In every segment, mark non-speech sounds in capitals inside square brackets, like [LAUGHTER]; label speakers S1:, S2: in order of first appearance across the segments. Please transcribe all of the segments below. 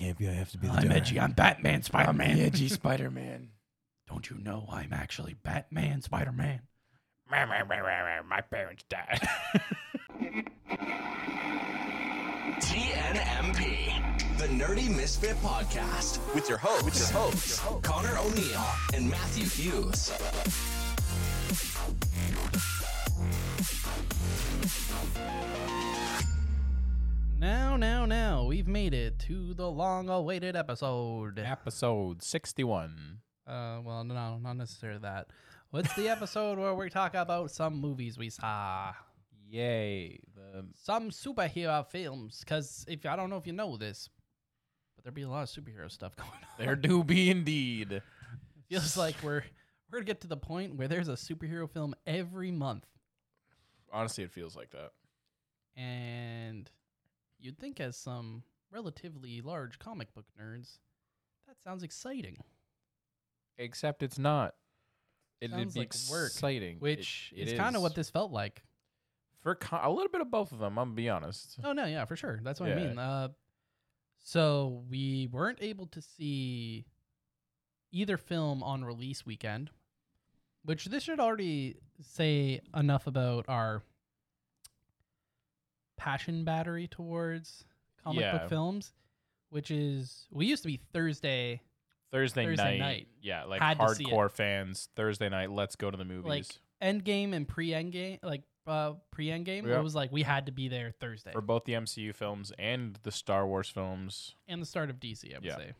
S1: can't be. I have to be. The
S2: Oh, I'm
S1: guy.
S2: edgy. I'm Batman, Spider
S3: I'm
S2: [LAUGHS]
S3: the
S2: Man.
S3: edgy Spider Man.
S2: Don't you know I'm actually Batman, Spider Man?
S3: My parents died.
S4: TNMP, the Nerdy Misfit Podcast, with your hosts, Connor O'Neill and Matthew Hughes.
S2: Now, now, now, we've made it to the long-awaited
S3: [LAUGHS]
S2: episode.
S3: Episode 61.
S2: Uh, well, no, not necessarily that. What's [LAUGHS] the episode where we talk about some movies we saw,
S3: Yay. The
S2: some superhero films? Because if I don't know if you know this, but there be a lot of superhero stuff [LAUGHS] going on.
S3: There do be indeed.
S2: feels like we're we're gonna get to the point where there's a superhero film every month,
S3: Honestly, it feels like that.
S2: and you'd think as some relatively large comic book nerds, that sounds exciting.
S3: Except it's not. It, would
S2: Sounds
S3: be
S2: like work,
S3: exciting. It-
S2: Which
S3: it
S2: is kind of
S3: is.
S2: what this felt
S3: [LAUGHS]
S2: like.
S3: For con- a little bit of both of them, I'm going to be honest.
S2: Oh no, yeah, for sure. That's what I
S3: Yeah.
S2: mean. Uh, so we weren't able to see either film on release weekend, which this should already say enough about our passion battery towards comic
S3: Yeah.
S2: book films, which is we used to be Thursday.
S3: Thursday,
S2: Thursday
S3: night,
S2: night.
S3: Yeah, like
S2: Had to see it.
S3: hardcore fans. Thursday night, let's go to the movies.
S2: Like Endgame and pre Endgame, like uh, pre Endgame,
S3: Yeah.
S2: it was like we had to be there Thursday.
S3: for both the MCU films and the Star Wars films.
S2: and the start of DC, I would
S3: Yeah.
S2: say.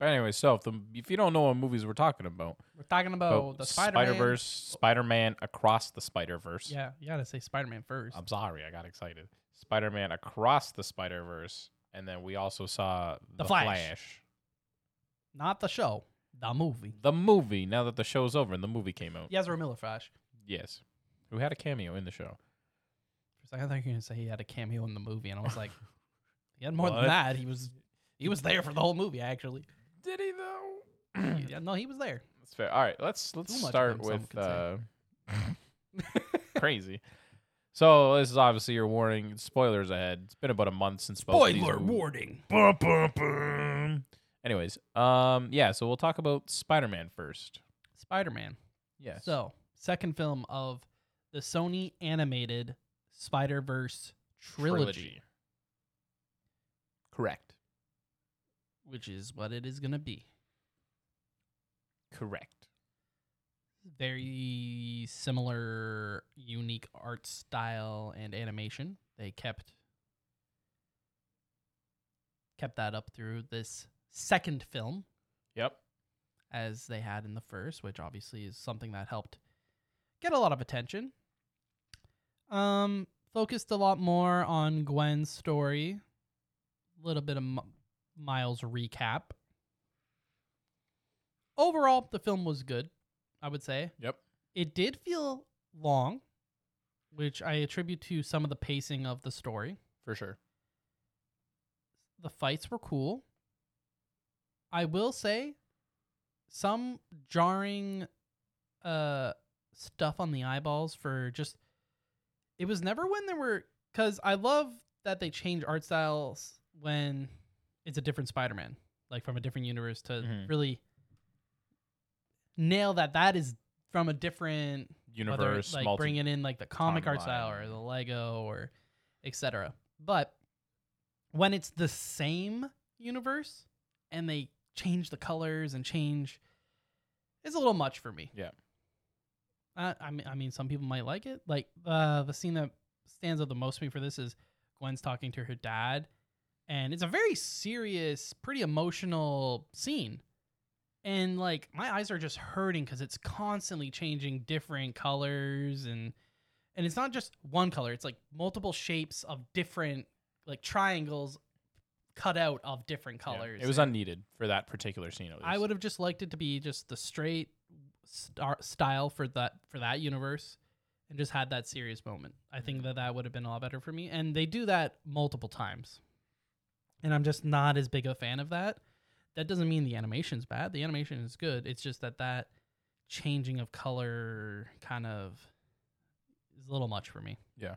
S3: But anyway, so if, the, if you don't know what movies we're talking about,
S2: We're talking about Oh, the Spider
S3: Verse, Spider Man Across the Spider Verse.
S2: Yeah, you gotta say Spider Man first.
S3: I'm sorry, I got excited. Spider Man Across the Spider Verse, and then we also saw
S2: The Flash. Not the show, the movie.
S3: the movie. Now that the show's over and the movie came out,
S2: Ezra Miller Flash.
S3: yes, who had a cameo in the show?
S2: For a second, I thought you were gonna say he had a cameo in the movie, and I was like, he had more
S3: What?
S2: than that. He was he was there for the whole movie, actually.
S3: Did he though? Hmm.
S2: yeah, no, he was there.
S3: [CLEARS THROAT] That's fair. All right, let's let's
S2: Too much
S3: start
S2: of him, some
S3: with
S2: could say.
S3: uh,
S2: [LAUGHS]
S3: crazy. So this is obviously your warning. Spoilers ahead. It's been about a month since both of these movies-
S2: warning.
S3: Bum, bum, bum. Anyways, um, yeah. So we'll talk about Spider Man first.
S2: Spider Man.
S3: Yes.
S2: So second film of the Sony animated Spider Verse trilogy,
S3: Correct.
S2: which is what it is gonna be.
S3: Correct.
S2: very similar unique art style and animation they kept kept that up through this second film
S3: Yep.
S2: as they had in the first which obviously is something that helped get a lot of attention um focused a lot more on gwen's story a little bit of M- miles recap overall the film was good i would say
S3: Yep.
S2: it did feel long, which I attribute to some of the pacing of the story.
S3: For sure.
S2: The fights were cool. I will say some jarring uh stuff on the eyeballs for just it was never when there were cuz I love that they change art styles when it's a different Spider-Man, like from a different universe to
S3: Mhm.
S2: really nail that that is from a different whether
S3: Universe.
S2: like
S3: multi-
S2: bringing in like the comic art style
S3: timeline.
S2: or the Lego or etc. But when it's the same universe and they change the colors and change, it's a little much for me.
S3: Yeah.
S2: Uh, I mean, I mean, some people might like it. Like uh, the scene that stands out the most to me for this is Gwen's talking to her dad, and it's a very serious, pretty emotional scene. And like my eyes are just hurting because it's constantly changing different colors and and it's not just one color, it's like multiple shapes of different like triangles cut out of different
S3: Yeah.
S2: colors.
S3: It was
S2: And-
S3: unneeded for that particular scene. At least.
S2: I would have just liked it to be just the straight star- style for that for that universe, and just had that serious moment. I think that that would have been a lot better for me. And they do that multiple times, and I'm just not as big a fan of that. That doesn't mean the animation's bad. The animation is good. It's just that that changing of color kind of is a little much for me.
S3: I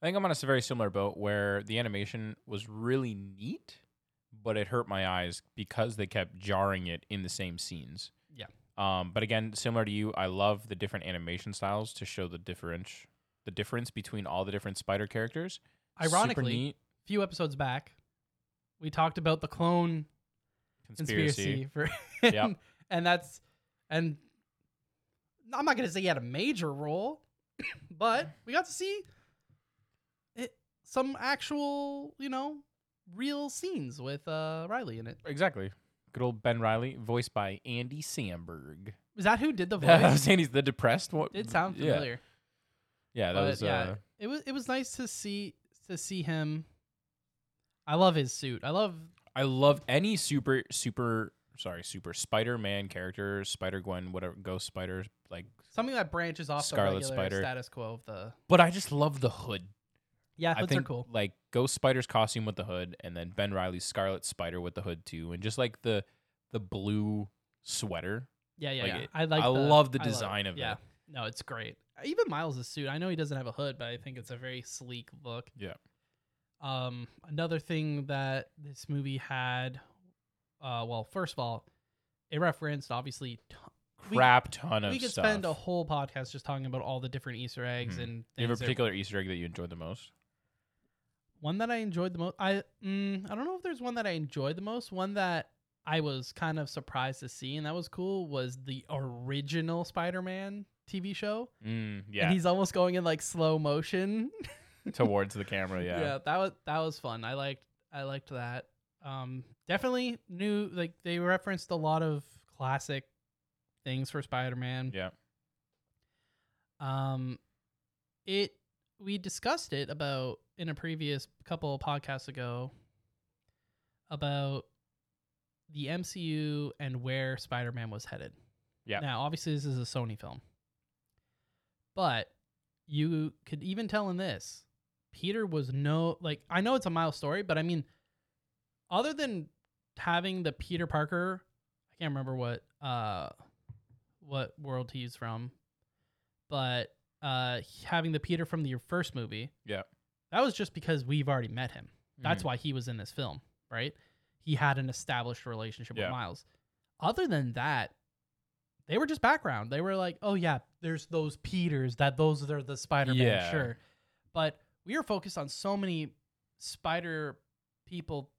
S3: think I'm on a s- very similar boat where the animation was really neat, but it hurt my eyes because they kept jarring it in the same scenes.
S2: Yeah.
S3: Um, but again, similar to you, I love the different animation styles to show the difference, the difference between all the different spider characters. Super
S2: Ironically,
S3: neat.
S2: few episodes back, we talked about the clone conspiracy, for him, [LAUGHS]
S3: Yep.
S2: and that's and I'm not gonna say he had a major role, [COUGHS] but we got to see it, some actual, you know, real scenes with uh, Riley in it.
S3: Exactly. Good old Ben Riley, voiced by Andy Samberg. [LAUGHS]
S2: Is that who did the
S3: That
S2: voice?
S3: was Andy's the depressed one.
S2: Did sound
S3: Yeah.
S2: familiar.
S3: Yeah, that
S2: But,
S3: was. Uh,
S2: it was it was nice to see to see him. I love his suit. I love
S3: I love any super super sorry super Spider Man character, Spider Gwen, whatever Ghost Spider, like.
S2: something that branches off
S3: Scarlet
S2: the regular
S3: Spider.
S2: status quo of the.
S3: But I just love the hood.
S2: Yeah,
S3: I
S2: hoods
S3: think
S2: are cool.
S3: like Ghost Spider's costume with the hood, and then Ben Riley's Scarlet Spider with the hood too, and just like the the blue sweater.
S2: Yeah, yeah,
S3: like,
S2: yeah.
S3: it-
S2: I like.
S3: I
S2: the,
S3: love the
S2: I
S3: design of
S2: yeah.
S3: it.
S2: No, it's great. Even Miles' suit. I know he doesn't have a hood, but I think it's a very sleek look.
S3: Yeah.
S2: Um, another thing that this movie had, uh, well, first of all, it referenced obviously t- We-
S3: Crap ton of
S2: we could
S3: stuff.
S2: spend a whole podcast just talking about all the different Easter eggs
S3: Mhm.
S2: and
S3: you have a
S2: things that-
S3: particular Easter egg that you enjoyed the most?
S2: One that I enjoyed the most. I mm, I don't know if there's one that I enjoyed the most. One that I was kind of surprised to see, and that was cool, was the original Spider-Man TV show.
S3: Mm, yeah,
S2: And he's almost going in like slow motion. [LAUGHS]
S3: towards the camera. Yeah.
S2: that was that was fun. I liked I liked that. Um, definitely new. Like they referenced a lot of classic things for Spider-Man.
S3: Yeah.
S2: Um, it we discussed it about in a previous couple of podcasts ago about the MCU and where Spider-Man was headed.
S3: Yeah.
S2: Now, obviously, this is a Sony film, but you could even tell in this, Peter was no like I know it's a mild story, but I mean, other than having the Peter Parker, I can't remember what uh what world he's from, but uh having the Peter from the first movie,
S3: Yeah.
S2: that was just because we've already met him.
S3: Mm.
S2: That's why he was in this film, right? He had an established relationship
S3: Yeah.
S2: with Miles. Other than that, they were just background. They were like, oh yeah, there's those Peters that those are the Spider Man,
S3: Yeah.
S2: sure. But we are focused on so many Spider people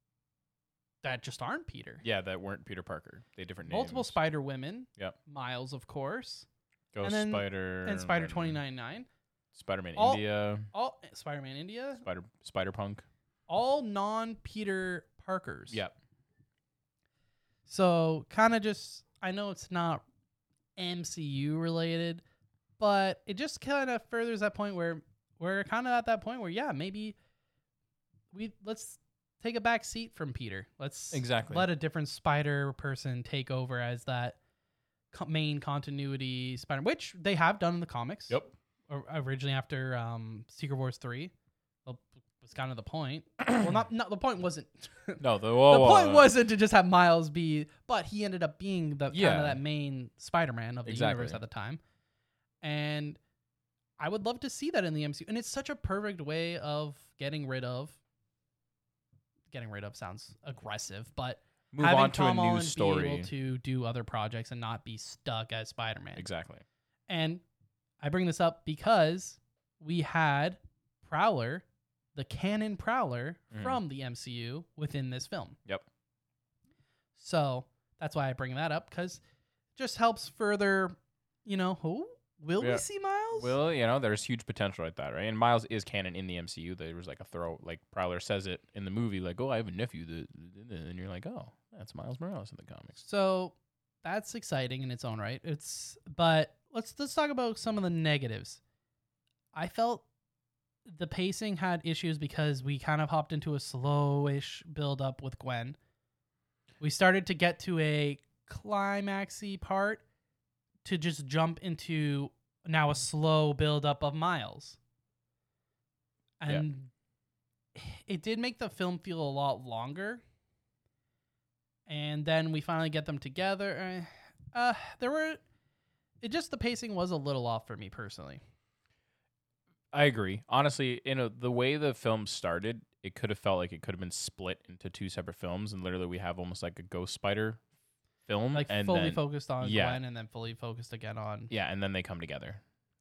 S2: that just aren't Peter.
S3: Yeah, that weren't Peter Parker. They had different
S2: Multiple
S3: names.
S2: Spider Women.
S3: Yep.
S2: Miles, of course,
S3: Ghost
S2: and then-
S3: Spider
S2: and Spider Twenty Nine Nine.
S3: Spider Man
S2: All-
S3: India,
S2: All Spider Man India.
S3: Spider Spider Punk.
S2: All non Peter Parkers.
S3: Yep.
S2: So kind of just I know it's not MCU related, but it just kind of furthers that point where we're kind of at that point where yeah, maybe we let's take a back seat from Peter. Let's
S3: Exactly.
S2: let a different spider person take over as that co- main continuity spider, which they have done in the comics.
S3: Yep.
S2: Or- originally after um, Secret Wars 3. Well, was kind of
S3: [CLEARS THROAT]
S2: the point. well, not, not the point wasn't [LAUGHS]
S3: No, the, whoa,
S2: the
S3: whoa,
S2: point
S3: whoa.
S2: wasn't to just have Miles be, but he ended up being the kind
S3: Yeah.
S2: of that main Spider-Man of the universe
S3: Exactly.
S2: at the time, and I would love to see that in the MCU. And it's such a perfect way of getting rid of. Getting rid of sounds aggressive, but
S3: move
S2: having
S3: on to
S2: Tom
S3: a new
S2: Holland be
S3: story.
S2: able to do other projects and not be stuck as Spider-Man.
S3: Exactly.
S2: And I bring this up because we had Prowler, the canon Prowler
S3: Mhm.
S2: from the MCU within this film.
S3: Yep.
S2: So that's why I bring that up because just helps further, you know, who will
S3: Yeah.
S2: we see Miles?
S3: Well, you know, there's huge potential right that, right? And Miles is canon in the MCU. There was like a throw, like Prowler says it in the movie, like, "Oh, I have a nephew," that, [LAUGHS] and you're like, "Oh, that's Miles Morales in the comics."
S2: so that's exciting in its own right. It's but let's let's talk about some of the negatives. I felt the pacing had issues because we kind of hopped into a slowish build up with Gwen. We started to get to a climaxy part to just jump into now a slow build up of Miles.
S3: Yeah.
S2: And it did make the film feel a lot longer. And then we finally get them together. Uh, uh,
S3: Mm-hmm.
S2: there were it just the pacing was a little off for me personally.
S3: I agree. Honestly, you know, the way the film started, it could have felt like it could have been split into two separate films, and literally we have almost like a Ghost Spider film,
S2: Like
S3: and
S2: fully
S3: then,
S2: focused on
S3: yeah.
S2: Gwen and then fully focused again on
S3: yeah, and then they come together.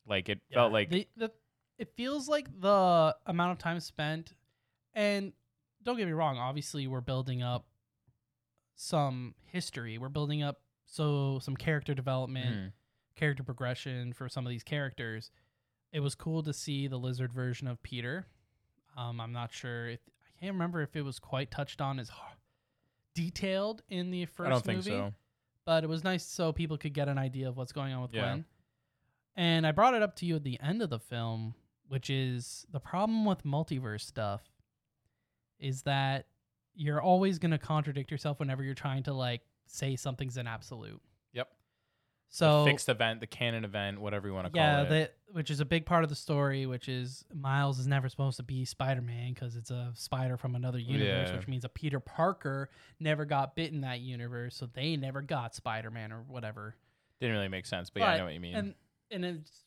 S3: Like it felt like
S2: the, the it feels like the amount of time spent and don't get me wrong obviously we're building up some history we're building up so some character development
S3: Mhm.
S2: character progression for some of these characters it was cool to see the lizard version of peter um, i'm not sure if i can't remember if it was quite touched on as har- detailed in the first
S3: I don't think
S2: movie
S3: so.
S2: but it was nice so people could get an idea of what's going on with
S3: Yeah.
S2: Gwen. And I brought it up to you at the end of the film, which is the problem with multiverse stuff is that you're always going to contradict yourself whenever you're trying to like say something's an absolute.
S3: Yep.
S2: So
S3: the fixed event, the canon event, whatever you want to
S2: yeah,
S3: call it.
S2: that which is a big part of the story, which is Miles is never supposed to be Spider Man because it's a spider from another universe,
S3: Yeah.
S2: which means a Peter Parker never got bit in that universe, so they never got Spider Man or whatever.
S3: Didn't really make sense, but yeah, I know what you mean.
S2: And and it's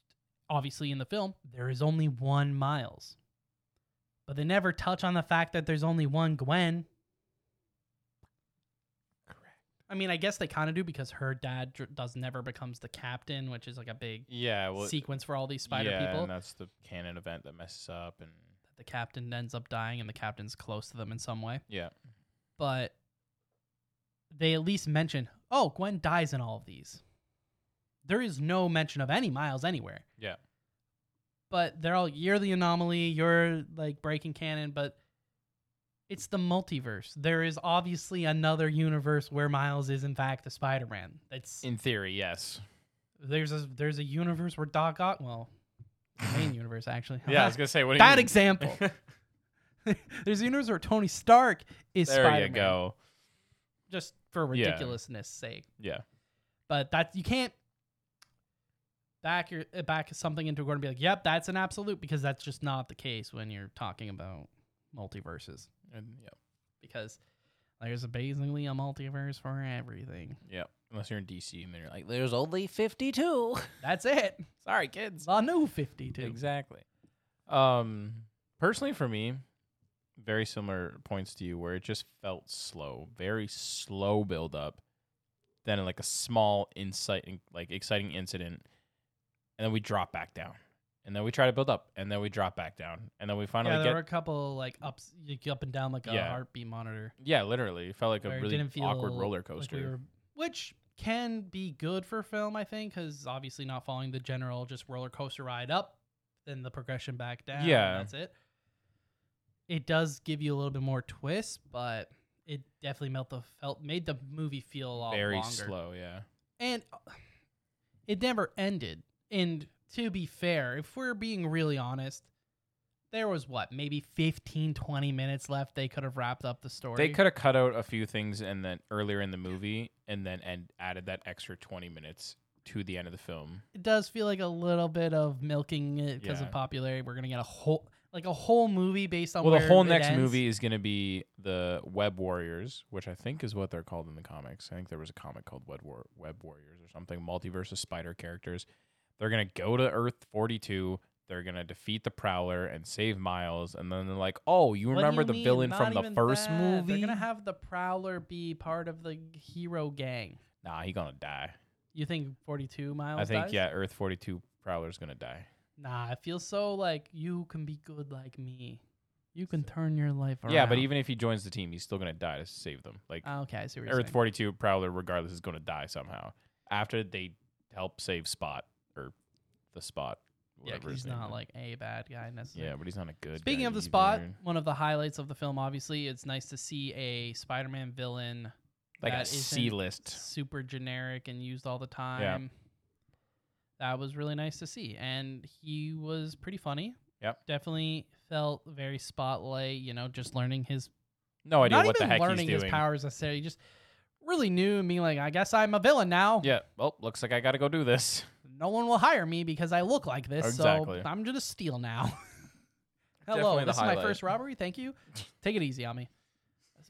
S2: obviously in the film there is only one Miles, but they never touch on the fact that there's only one Gwen.
S3: Correct.
S2: I mean, I guess they kind of do because her dad dr- does never becomes the captain, which is like a big
S3: yeah, well,
S2: sequence for all these spider
S3: yeah,
S2: people.
S3: and that's the canon event that messes up, and
S2: the captain ends up dying, and the captain's close to them in some way.
S3: yeah,
S2: But they at least mention, oh, Gwen dies in all of these. There is no mention of any Miles anywhere.
S3: yeah,
S2: but they're all you're the anomaly, you're like breaking canon, but it's the multiverse. There is obviously another universe where Miles is in fact a Spider-Man. It's
S3: in theory,
S2: [LAUGHS]
S3: yes.
S2: there's a there's a universe where Doc Ock, well, main universe actually. [LAUGHS]
S3: Yeah, I was gonna say what do you
S2: bad
S3: mean? [LAUGHS]
S2: example. [LAUGHS] there's a universe where Tony Stark is
S3: there
S2: Spider-Man.
S3: you go.
S2: Just for
S3: Yeah.
S2: ridiculousness' sake.
S3: Yeah,
S2: But that you can't back your uh, back something into a corner and be like, "Yep, that's an absolute," because that's just not the case when you're talking about multiverses.
S3: and yeah,
S2: Because there's basically a multiverse for everything.
S3: yeah. Unless you're in DC, and then you're like, there's only fifty-two. [LAUGHS]
S2: That's it.
S3: Sorry, kids.
S2: The new fifty-two.
S3: Exactly. Um, personally, for me, very similar points to you, where it just felt slow, very slow build up, then like a small insight, like exciting incident, and then we drop back down, and then we try to build up, and then we drop back down, and then we
S2: Yeah,
S3: finally
S2: there
S3: get.
S2: were a couple like ups, like, up and down, like a
S3: Yeah.
S2: heartbeat monitor.
S3: yeah, literally, it felt like a
S2: where it
S3: really
S2: didn't feel
S3: awkward roller
S2: like we
S3: coaster.
S2: were- which can be good for film, I think, because obviously not following the general just roller coaster ride up, then the progression back down. and
S3: Yeah.
S2: that's it. It does give you a little bit more twist, but it definitely melt the felt made the movie feel a lot
S3: very
S2: longer.
S3: slow, yeah.
S2: and uh, it never ended. And to be fair, if we're being really honest. There was what, maybe 15, 20 minutes left. They could have wrapped up the story.
S3: They could have cut out a few things and then earlier in the movie, and then and added that extra twenty minutes to the end of the film.
S2: it does feel like a little bit of milking it because
S3: Yeah.
S2: of popularity. We're gonna get a whole like a whole movie based on
S3: Well, the
S2: where
S3: whole
S2: it
S3: next
S2: ends.
S3: movie is going to be the Web Warriors, which I think is what they're called in the comics. I think there was a comic called Web, War- Web Warriors or something, multiverse of spider characters. They're going to go to Earth 42. They're going to defeat the Prowler and save Miles. And then they're like, oh, you
S2: What do
S3: remember
S2: you
S3: the
S2: mean?
S3: villain from
S2: Not
S3: the
S2: even
S3: first
S2: that.
S3: movie?
S2: They're gonna have the Prowler be part of the hero gang.
S3: nah, he going to die.
S2: You think forty two miles?
S3: I think,
S2: dies?
S3: yeah, Earth 42 Prowler's going to die.
S2: Nah, it feels so like you can be good like me. You can turn your life around.
S3: Yeah, but even if he joins the team, he's still going to die to save them. Like,
S2: Ah, okay, I see what you're
S3: Earth
S2: saying.
S3: 42 Prowler, regardless, is going to die somehow after they help save Spot or the Spot.
S2: Yeah, 'cause
S3: whatever his
S2: he's
S3: name
S2: not
S3: is.
S2: like a bad guy necessarily.
S3: Yeah, but he's not a good.
S2: Speaking
S3: guy
S2: of the
S3: either.
S2: spot, one of the highlights of the film, obviously, it's nice to see a Spider-Man villain
S3: like a
S2: that isn't-
S3: C list.
S2: super generic and used all the time. That was really nice to see. And he was pretty funny.
S3: Yep.
S2: Definitely felt very spotlight, you know, just learning his
S3: No idea
S2: not
S3: what the
S2: even
S3: heck
S2: learning
S3: he's
S2: his
S3: doing.
S2: powers necessarily, just really new and being like, I guess I'm a villain now.
S3: Yeah. Well, looks like I got to go do this. [LAUGHS]
S2: No one will hire me because I look like this,
S3: Exactly.
S2: so I'm gonna steal now. [LAUGHS]
S3: Definitely
S2: Hello,
S3: the
S2: this is my
S3: highlight.
S2: first robbery.
S3: [LAUGHS]
S2: Thank you. Take it easy on me.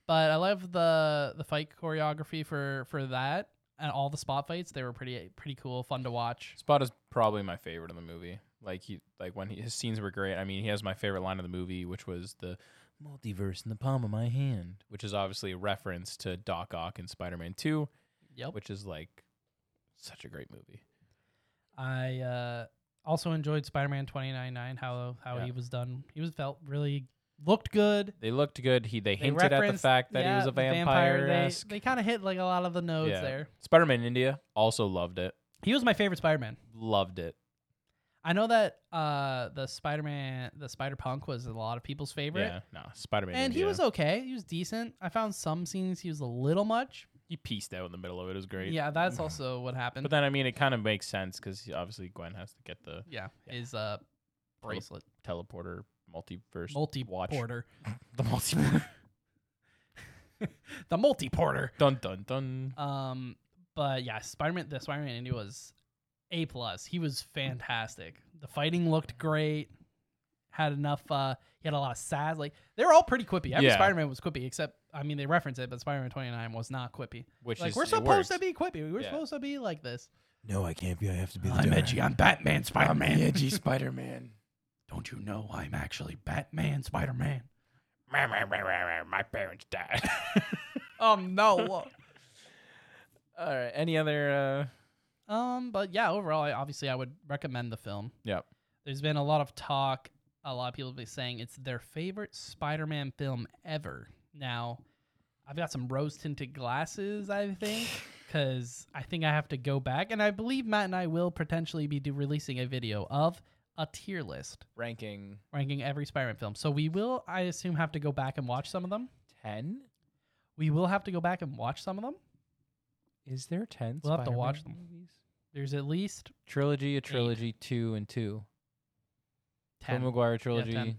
S2: But I love the the fight choreography for for that and all the spot fights. They were pretty pretty cool, fun to watch.
S3: Spot is probably my favorite in the movie. Like he, like when he, his scenes were great. I mean, he has my favorite line of the movie, which was the multiverse in the palm of my hand, which is obviously a reference to Doc Ock in Spider-Man Two,
S2: Yep.
S3: which is like such a great movie.
S2: I uh, also enjoyed Spider-Man 2099. How how
S3: Yeah.
S2: he was done. He was felt really looked good.
S3: They looked good. He they,
S2: They
S3: hinted at the
S2: referenced-
S3: fact that he
S2: yeah,
S3: was a
S2: the
S3: vampire.
S2: They, they kind of hit like a lot of the nodes
S3: Yeah.
S2: there.
S3: Spider-Man India also loved it.
S2: He was my favorite Spider-Man.
S3: Loved it.
S2: I know that uh, the Spider-Man, the Spider-Punk was a lot of people's favorite.
S3: Yeah, no, Spider-Man.
S2: And he
S3: India.
S2: was okay. He was decent. I found some scenes he was a little much.
S3: he pieced out in the middle of it. It was great. Mm-hmm.
S2: Yeah, that's also what happened.
S3: But then I mean, it kind of makes sense because obviously Gwen has to get the
S2: yeah, his uh, bracelet,
S3: teleporter multiverse watch.
S2: multi-porter,
S3: the [LAUGHS]
S2: [LAUGHS]
S3: multiverse.
S2: the multi-porter.
S3: dun dun dun.
S2: Um, but yeah, Spider-Man, the Spider-Man Indy was a plus. He was fantastic. The fighting looked great. Had enough. Uh, he had a lot of sass. Like they were all pretty quippy. Every
S3: Yeah.
S2: Spider-Man was quippy, except I mean they reference it, but Spider-Man 29 was not quippy.
S3: Which
S2: like
S3: is
S2: we're
S3: it
S2: supposed
S3: works. [LAUGHS]
S2: to be quippy. We were
S3: Yeah.
S2: supposed to be like this.
S1: No, I can't be. I have to be the
S2: I'm
S1: donor.
S2: edgy. I'm Batman, Spider-Man. [LAUGHS]
S1: edgy Spider-Man.
S2: Don't you know I'm actually Batman, Spider-Man?
S3: My parents died. [LAUGHS]
S2: Oh [LAUGHS] no.
S3: All right. Any other? Uh,
S2: um, but yeah, overall, I, obviously, I would recommend the film.
S3: yeah.
S2: There's been a lot of talk. A lot of people have been saying it's their favorite Spider-Man film ever. Now, I've got some rose-tinted glasses, I think, because I think I have to go back, and I believe Matt and I will potentially be do- releasing a video of a tier list
S3: Ranking
S2: ranking every Spider-Man film. So we will, I assume, have to go back and watch some of them.
S3: ten.
S2: We will have to go back and watch some of them.
S3: Is there 10
S2: We'll have to watch them. There's at least
S3: Trilogy, a trilogy, two and two.
S2: ten.
S3: Tobey Maguire trilogy,
S2: 10.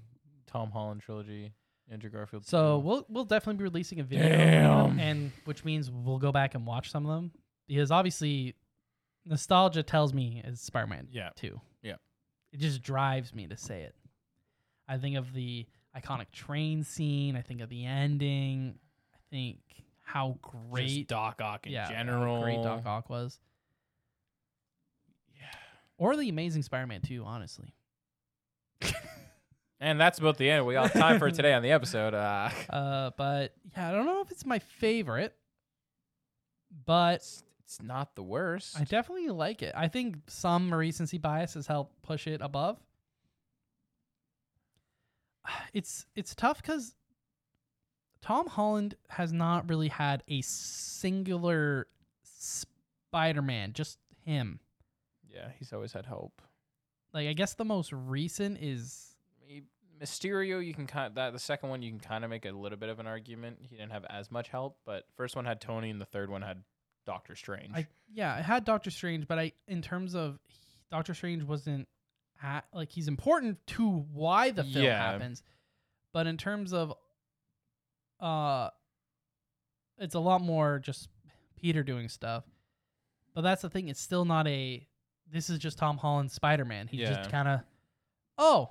S3: Tom Holland trilogy, Andrew Garfield.
S2: So
S3: trilogy.
S2: we'll we'll definitely be releasing a video,
S3: Damn.
S2: and which means we'll go back and watch some of them because obviously, nostalgia tells me it's Spider-Man
S3: yeah.
S2: Two.
S3: Yeah.
S2: it just drives me to say it. I think of the iconic train scene. I think of the ending. I think how great
S3: Just Doc Ock in
S2: yeah, how
S3: general.
S2: great Doc Ock was.
S3: Yeah.
S2: Or the Amazing Spider-Man Two, honestly.
S3: And that's about the end. We got time for today on the episode.
S2: [LAUGHS]
S3: Uh,
S2: Uh, but yeah, I don't know if it's my favorite, but
S3: it's, it's not the worst.
S2: I definitely like it. I think some recency bias has helped push it above. [SIGHS] It's it's tough because Tom Holland has not really had a singular Spider-Man, just him.
S3: yeah, he's always had hope.
S2: Like I guess the most recent is
S3: He- Mysterio, you can kind of, that the second one you can kind of make a little bit of an argument. He didn't have as much help, but first one had Tony, and the third one had Doctor Strange.
S2: I yeah, I had Doctor Strange, but I in terms of he- Doctor Strange wasn't at, like he's important to why the film
S3: Yeah.
S2: happens, but in terms of uh, it's a lot more just Peter doing stuff. But that's the thing; it's still not a. This is just Tom Holland's Spider Man. He's
S3: Yeah.
S2: just kind of oh.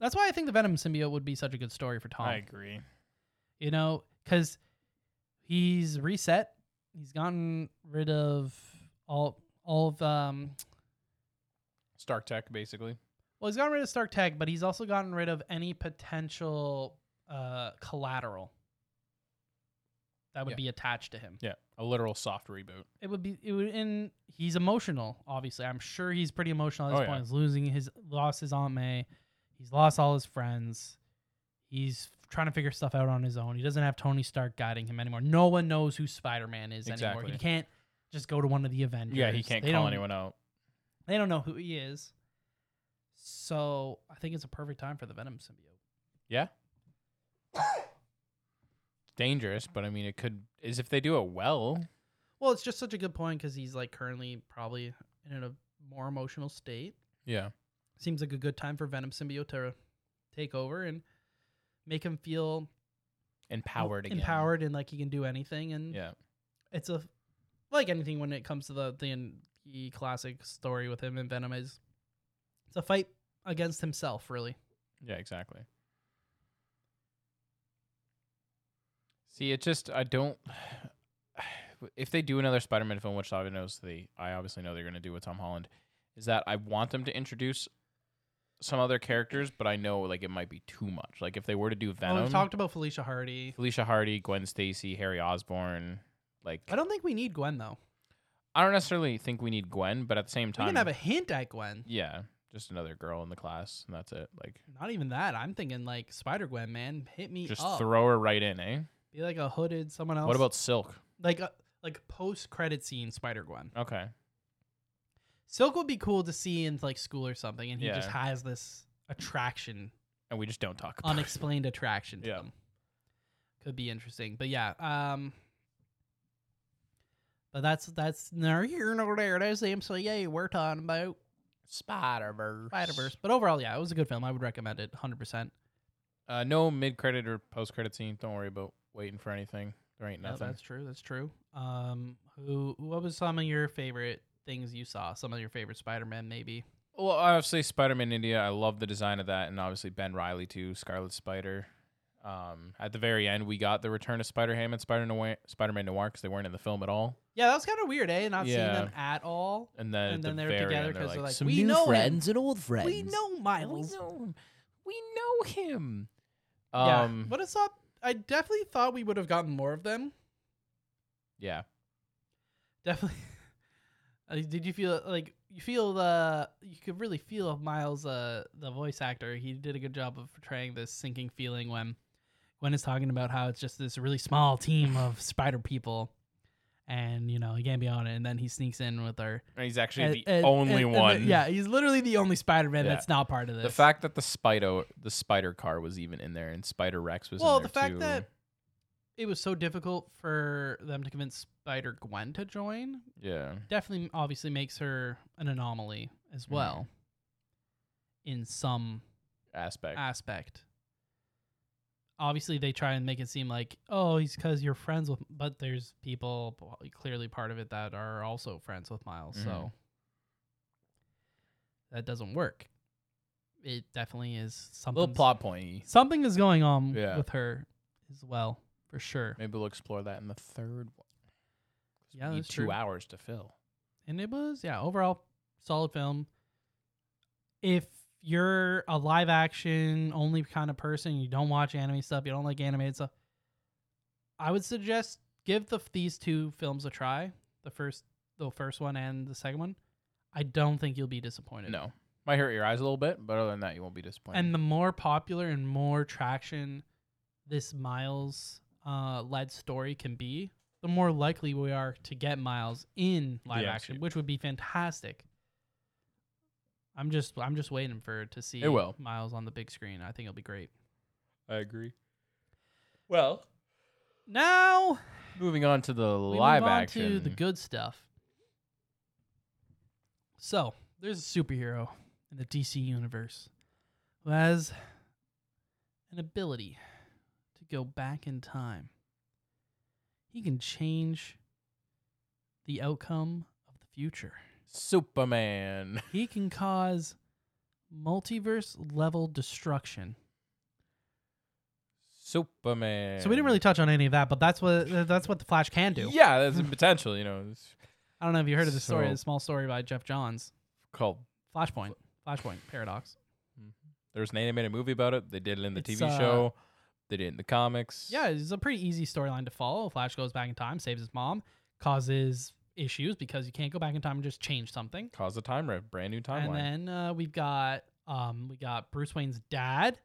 S2: That's why I think the Venom symbiote would be such a good story for Tom
S3: I agree.
S2: you know, because he's reset. He's gotten rid of all all of um.
S3: Stark Tech, basically.
S2: Well, he's gotten rid of Stark Tech, but he's also gotten rid of any potential uh collateral that would
S3: Yeah.
S2: be attached to him.
S3: Yeah, a literal soft reboot.
S2: It would be it would and he's emotional. Obviously, I'm sure he's pretty emotional at this
S3: Oh, yeah.
S2: point. He's losing his lost his aunt May. He's lost all his friends. He's trying to figure stuff out on his own. He doesn't have Tony Stark guiding him anymore. No one knows who Spider Man is anymore.
S3: Exactly.
S2: He can't just go to one of the Avengers.
S3: Yeah, he can't
S2: They
S3: call
S2: don't-
S3: anyone out.
S2: They don't know who he is. So I think it's a perfect time for the Venom symbiote.
S3: Yeah. Dangerous, but I mean, it could is if they do it well.
S2: Well, it's just such a good point because he's like currently probably in a more emotional state.
S3: Yeah.
S2: seems like a good time for Venom symbiote to take over and make him feel
S3: Empowered again.
S2: empowered and like he can do anything. And
S3: Yeah.
S2: it's a like anything when it comes to the the, the classic story with him and Venom is it's a fight against himself, really.
S3: Yeah, exactly. See, it just I don't. [SIGHS] If they do another Spider-Man film, which I knows they, I obviously know they're going to do with Tom Holland, is that I want them to introduce some other characters, but I know like it might be too much. Like if they were to do
S2: Well,
S3: Venom,
S2: we've talked about Felicia Hardy.
S3: Felicia Hardy, Gwen Stacy, Harry Osborn. Like
S2: I don't think we need Gwen though.
S3: I don't necessarily think we need Gwen, but at the same time,
S2: We can have a hint at Gwen.
S3: yeah, just another girl in the class, and that's it. Like
S2: Not even that. I'm thinking like Spider Gwen, man. Hit me
S3: just
S2: up.
S3: throw her right in, eh?
S2: Be like a hooded someone else.
S3: What about Silk?
S2: like a, like post credit scene Spider Gwen?
S3: Okay,
S2: Silk would be cool to see in like school or something, and he just
S3: Yeah.
S2: has this attraction,
S3: and we just don't talk about it.
S2: unexplained attraction to
S3: Yeah.
S2: him. Could be interesting, but yeah. Um, but that's that's neither here nor there. That's the MCU we're talking about.
S3: Spider Verse.
S2: Spider Verse, but overall, yeah, it was a good film. I would recommend it 100. percent
S3: Uh, no mid credit or post credit scene. Don't worry about waiting for anything. There ain't
S2: No,
S3: nothing.
S2: that's true. That's true. Um, who? What was some of your favorite things you saw? Some of your favorite Spider-Man, maybe.
S3: well, obviously Spider Man India. I love the design of that, and obviously Ben Riley too. Scarlet Spider. Um, at the very end, we got the return of Spider Ham and Spider Noir, Spider Man Noir, because they weren't in the film at all.
S2: Yeah, that was kind of weird, eh? Not seeing
S3: Yeah.
S2: them at all.
S3: And then,
S2: And
S3: at
S2: then
S3: the
S2: they're
S3: very
S2: together
S3: end,
S2: 'cause they're like,
S3: "Some
S2: "We
S3: new
S2: know him."
S1: friends and old friends.
S2: We know Miles.
S3: him. We know him.
S2: Yeah.
S3: Um, yeah.
S2: What is up? I definitely thought we would have gotten more of them. Definitely. [LAUGHS] Uh, did you feel like you feel the you could really feel Miles, uh, the voice actor? He did a good job of portraying this sinking feeling when Gwen is talking about how it's just this really small team of spider people, and you know he can't be on it. And then he sneaks in with her.
S3: And he's actually the
S2: And- and-
S3: only
S2: and- and the-
S3: one.
S2: yeah, he's literally the only Spider Man
S3: Yeah.
S2: that's not part of this.
S3: The fact that the spider the spider car was even in there and Spider Rex was
S2: well,
S3: in
S2: the
S3: there
S2: fact
S3: too.
S2: that it was so difficult for them to convince Spider Gwen to join
S3: yeah.
S2: definitely obviously makes her an anomaly
S3: Mm.
S2: as well in some
S3: aspect.
S2: Ah, aspect. Obviously, they try and make it seem like, oh, he's because you're friends with, but there's people p- clearly part of it that are also friends with Miles. So
S3: Mhm.
S2: that doesn't work. It definitely is
S3: little
S2: something.
S3: plot point.
S2: Something is going on
S3: Yeah.
S2: with her as well, for sure.
S3: Maybe we'll explore that in the third one. 'Cause we
S2: Yeah,
S3: need
S2: that's
S3: two
S2: true.
S3: hours to fill.
S2: And it was, yeah, overall solid film. If you're a live action only kind of person, you don't watch anime stuff, you don't like animated stuff, I would suggest give the these two films a try. The first the first one and the second one. I don't think you'll be disappointed.
S3: No, might hurt your eyes a little bit, but other than that, you won't be disappointed.
S2: And the more popular and more traction this Miles uh, led story can be, the more likely we are to get Miles in live
S3: Yeah,
S2: action,
S3: see.
S2: which would be fantastic. I'm just I'm just waiting for to see
S3: It will.
S2: Miles on the big screen. I think it'll be great.
S3: I agree. Well,
S2: Now
S3: moving on to the
S2: we
S3: live
S2: move on
S3: action.
S2: to the good stuff. So there's a superhero in the DC universe who has an ability to go back in time. He can change the outcome of the future.
S3: Superman.
S2: He can cause multiverse level destruction.
S3: Superman.
S2: So we didn't really touch on any of that, but that's what that's what the Flash can do.
S3: Yeah, that's the potential. You know, it's
S2: I don't know if you heard of this story,
S3: So-
S2: a small story by Jeff Johns.
S3: called.
S2: Flashpoint. Flashpoint paradox.
S3: There was an animated movie about it. They did it in the
S2: It's,
S3: TV
S2: uh,
S3: show. They did it in the comics.
S2: Yeah, it's a pretty easy storyline to follow. Flash goes back in time, saves his mom, causes issues because you can't go back in time and just change something.
S3: Cause the time rift. Brand new timeline.
S2: And then uh, we've got um we got Bruce Wayne's dad.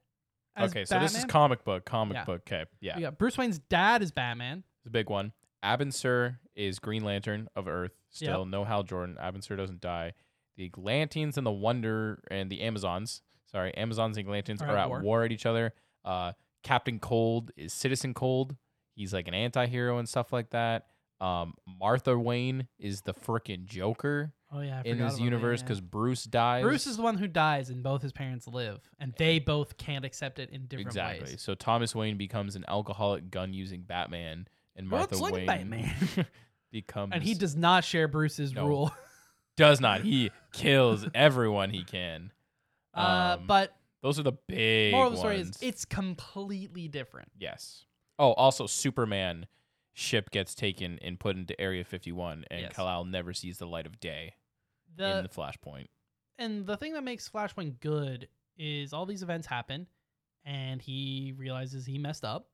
S2: As
S3: okay,
S2: Batman.
S3: so this is comic book, comic
S2: Yeah.
S3: book. Okay, yeah,
S2: We got Bruce Wayne's dad is Batman.
S3: it's a big one. Abin Sur is Green Lantern of Earth. Still, no Hal Jordan. Abin Sur doesn't die. The Atlanteans and the Wonder and the Amazons. Sorry, Amazons and Atlanteans are, at war. at each other. Uh, Captain Cold is Citizen Cold. He's like an anti-hero and stuff like that. Um, Martha Wayne is the freaking Joker
S2: Oh yeah, I
S3: in
S2: forgot
S3: this
S2: about
S3: universe
S2: that,
S3: because Bruce dies.
S2: Bruce is the one who dies and both his parents live and they both can't accept it in different
S3: exactly.
S2: ways.
S3: So Thomas Wayne becomes an alcoholic gun using Batman, and
S2: Well,
S3: Martha
S2: it's like
S3: Wayne
S2: Batman.
S3: [LAUGHS] becomes
S2: And he does not share Bruce's
S3: No.
S2: rule. [LAUGHS]
S3: does not. He kills everyone he can.
S2: Uh,
S3: Um,
S2: but
S3: those are the big
S2: moral of the story is
S3: ones.
S2: it's completely different.
S3: yes. Oh, also Superman ship gets taken and put into Area 51, and
S2: Yes.
S3: Kal-El never sees the light of day
S2: The,
S3: in the Flashpoint.
S2: and the thing that makes Flashpoint good is all these events happen and he realizes he messed up.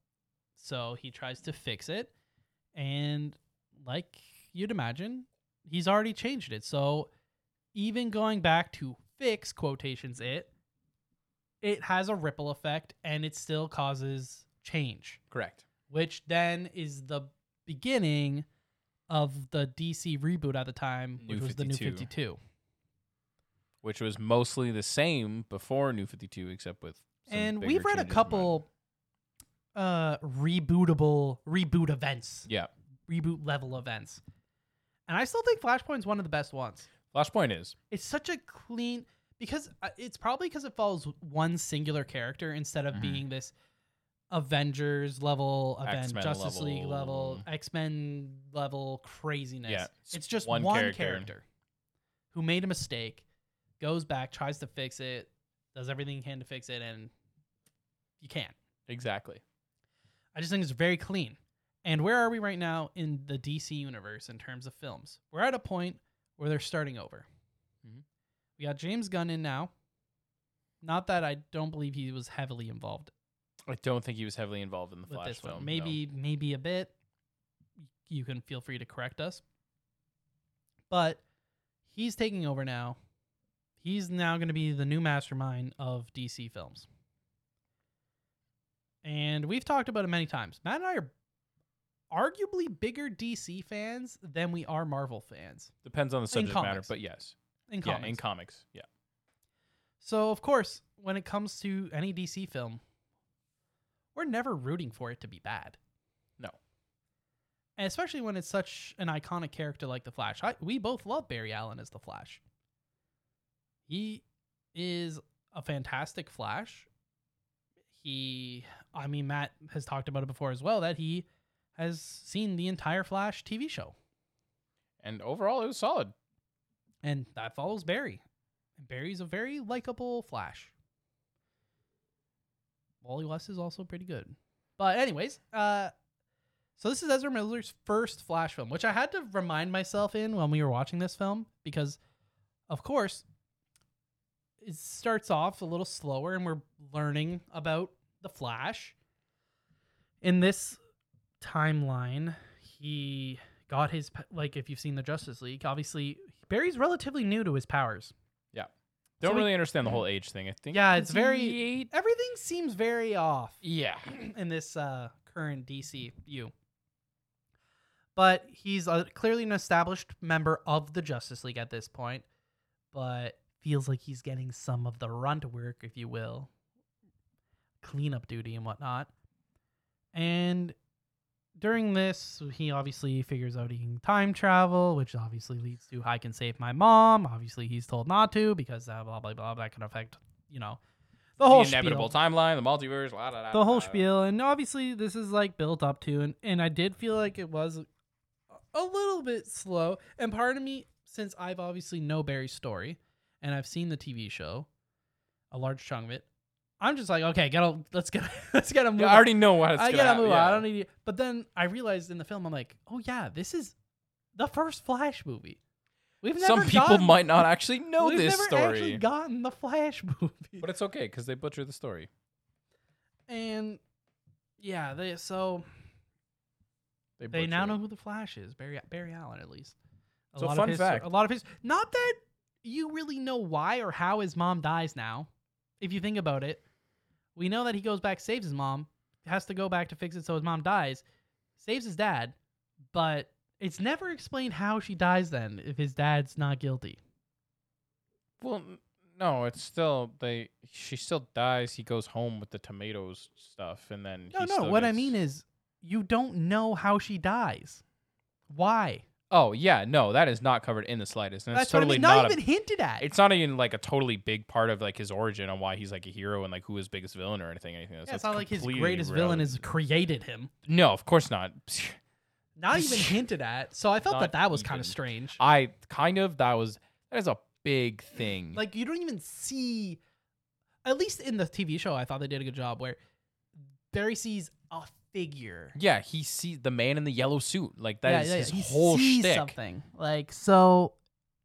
S2: So he tries to fix it. And like you'd imagine, he's already changed it. So even going back to fix quotations it, it has a ripple effect and it still causes change,
S3: Correct.
S2: which then is the beginning of the DC reboot at the time, which
S3: New
S2: was the new
S3: 52.
S2: 52.
S3: Which was mostly the same before New Fifty Two, except with. some
S2: and
S3: bigger
S2: we've read a
S3: changes in mind.
S2: couple uh rebootable reboot events
S3: Yeah,
S2: reboot level events and i still think flashpoint's one of the best ones
S3: Flashpoint is
S2: it's such a clean because uh, it's probably because it follows one singular character instead of
S3: Mhm.
S2: being this avengers level event
S3: X-Men
S2: justice league level
S3: level.
S2: x-men level craziness
S3: Yeah,
S2: it's, just one, character. who made a mistake goes back tries to fix it does everything he can to fix it and you can't
S3: exactly.
S2: I just think it's very clean. And where are we right now in the DC universe in terms of films? We're at a point where they're starting over.
S3: Mhm.
S2: We got James Gunn in now. Not that I don't believe he was heavily involved
S3: I don't think he was heavily involved in the
S2: with
S3: Flash
S2: this
S3: film.
S2: one.
S3: no.
S2: Maybe maybe a bit. You can feel free to correct us. But he's taking over now. He's now going to be the new mastermind of DC films. And we've talked about it many times. Matt and I are arguably bigger DC fans than we are Marvel fans
S3: depends on the subject matter,
S2: comics.
S3: but yes,
S2: in
S3: yeah,
S2: comics.
S3: in comics, yeah.
S2: so, of course, when it comes to any DC film, we're never rooting for it to be bad.
S3: No,
S2: and especially when it's such an iconic character like the Flash. I, we both love Barry Allen as the Flash. He is a fantastic Flash. He, I mean, Matt has talked about it before as well that he has seen the entire Flash TV show,
S3: and overall it was solid.
S2: and that follows Barry. And Barry's a very likable Flash. Wally West is also pretty good. But anyways, uh so this is Ezra Miller's first Flash film, which I had to remind myself in when we were watching this film because of course it starts off a little slower and we're learning about the Flash. In this timeline, he got his p- like if you've seen the Justice League, obviously Barry's relatively new to his powers.
S3: Don't
S2: So we-
S3: really understand the whole age thing. I think.
S2: Yeah, it's very-
S3: 58?
S2: Everything seems very off.
S3: Yeah.
S2: [CLEARS THROAT] in this uh, current DCU. But he's uh, clearly an established member of the Justice League at this point, but feels like he's getting some of the runt work, if you will, cleanup duty and whatnot. And during this, he obviously figures out he can time travel, which obviously leads to I can save my mom. Obviously, he's told not to because uh, blah blah blah. That can affect you know the
S3: The
S2: whole
S3: inevitable
S2: spiel
S3: timeline, the multiverse, la, da, da,
S2: the whole
S3: da, da.
S2: spiel and obviously this is like built up to and, and i did feel like it was a little bit slow and part of me since i've obviously know barry's story and i've seen the tv show a large chunk of it i'm just like okay get a, let's get [LAUGHS] let's get a move
S3: Yeah,
S2: on.
S3: I already know what it's
S2: i
S3: gonna
S2: gotta
S3: happen,
S2: move
S3: yeah.
S2: on i don't e- need you but then i realized in the film i'm like oh yeah this is the first flash movie we've never
S3: Some people
S2: gotten-
S3: might not actually know
S2: we've
S3: this
S2: never
S3: story,
S2: actually gotten the flash [LAUGHS] movie
S3: but it's okay because they butcher the story.
S2: and yeah they so
S3: They,
S2: They
S3: butcher
S2: now
S3: it.
S2: know who the Flash is, Barry Barry Allen at least. A
S3: So,
S2: lot of
S3: fun
S2: his,
S3: fact.
S2: A lot of his. Not that you really know why or how his mom dies now. If you think about it, we know that he goes back, saves his mom, has to go back to fix it so his mom dies, saves his dad, but it's never explained how she dies. Then, if his dad's not guilty,
S3: Well, n- no, it's still they. She still dies. He goes home with the tomatoes stuff, and then
S2: no,
S3: he
S2: no.
S3: still
S2: What I
S3: gets-
S2: mean is, you don't know how she dies. Why?
S3: oh yeah, no, that is not covered in the slightest, and
S2: That's
S3: it's totally
S2: what I mean. Not,
S3: a-
S2: even hinted
S3: [LAUGHS]
S2: at.
S3: it's not even like a totally big part of like his origin on why he's like a hero and like who his biggest villain or anything. Anything.
S2: yeah,
S3: That's
S2: it's not like his
S3: completely
S2: greatest villain
S3: irrelevant.
S2: has created him.
S3: No, of course not. [LAUGHS]
S2: not even hinted at. So I felt
S3: Not
S2: that that was kind
S3: even.
S2: of strange.
S3: I kind of that was that is a big thing.
S2: Like you don't even see, at least in the TV show, I thought they did a good job where Barry sees a figure.
S3: yeah, he sees the man in the yellow suit. Like
S2: Yeah,
S3: that is
S2: yeah,
S3: his
S2: he
S3: whole
S2: sees
S3: shtick.
S2: Something like so.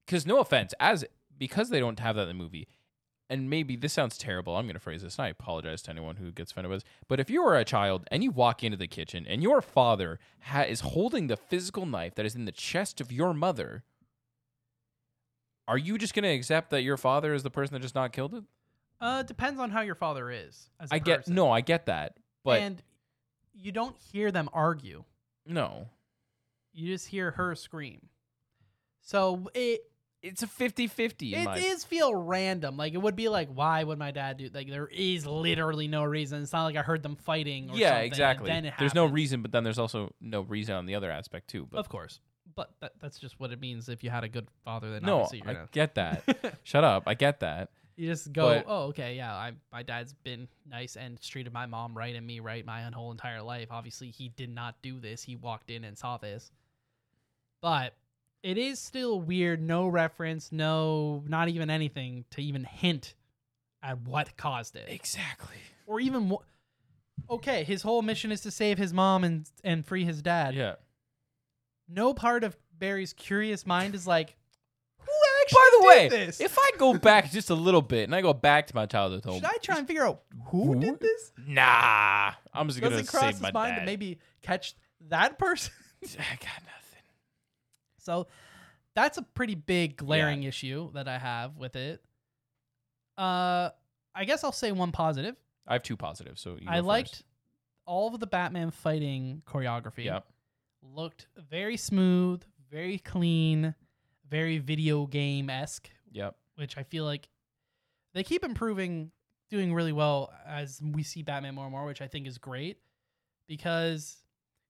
S3: because no offense, as because they don't have that in the movie, and maybe this sounds terrible. I'm going to phrase this. And I apologize to anyone who gets offended by this. But if you are a child and you walk into the kitchen and your father ha- is holding the physical knife that is in the chest of your mother, are you just going to accept that your father is the person that just not killed it?
S2: Uh, depends on how your father is. As a
S3: I get
S2: person.
S3: no, I get that, but
S2: and you don't hear them argue.
S3: no,
S2: You just hear her scream. So it
S3: it's a 50-50 in
S2: it
S3: my-
S2: is feel random. Like it would be like, why would my dad do? Like there is literally no reason. It's not like I heard them fighting. Or
S3: yeah,
S2: something, and
S3: exactly.
S2: Then it
S3: There's no
S2: happened.
S3: reason, but then there's also no reason on the other aspect too. But
S2: Of course, but that, that's just what it means. If you had a good father, then
S3: no,
S2: obviously you're
S3: I [LAUGHS]
S2: gonna-
S3: get that. Shut up, I get that.
S2: You just go,
S3: But-
S2: oh, okay, yeah. I, my dad's been nice and treated my mom right and me right my whole entire life. Obviously, he did not do this. He walked in and saw this. But it is still weird. No reference, no, not even anything to even hint at what caused it.
S3: Exactly.
S2: Or even what. Okay, his whole mission is to save his mom and, and free his dad.
S3: Yeah.
S2: No part of Barry's curious mind is like, who actually
S3: By the way,
S2: did this?
S3: if I go back just a little bit and I go back to my childhood home,
S2: Should I try and figure out who
S3: Who?
S2: did this?
S3: nah, I'm just
S2: Does
S3: gonna
S2: it cross
S3: save
S2: his
S3: my
S2: mind to
S3: dad.
S2: maybe catch that person?
S3: [LAUGHS]
S2: [LAUGHS]
S3: I got nothing.
S2: so that's a pretty big glaring issue that I have with it. Uh, I guess I'll say one positive.
S3: I have two positives, so you
S2: I
S3: go
S2: liked
S3: first.
S2: all of the Batman fighting choreography.
S3: Yep.
S2: Looked very smooth, very clean, very video game esque,
S3: Yep.
S2: which I feel like they keep improving, doing really well as we see Batman more and more, which I think is great because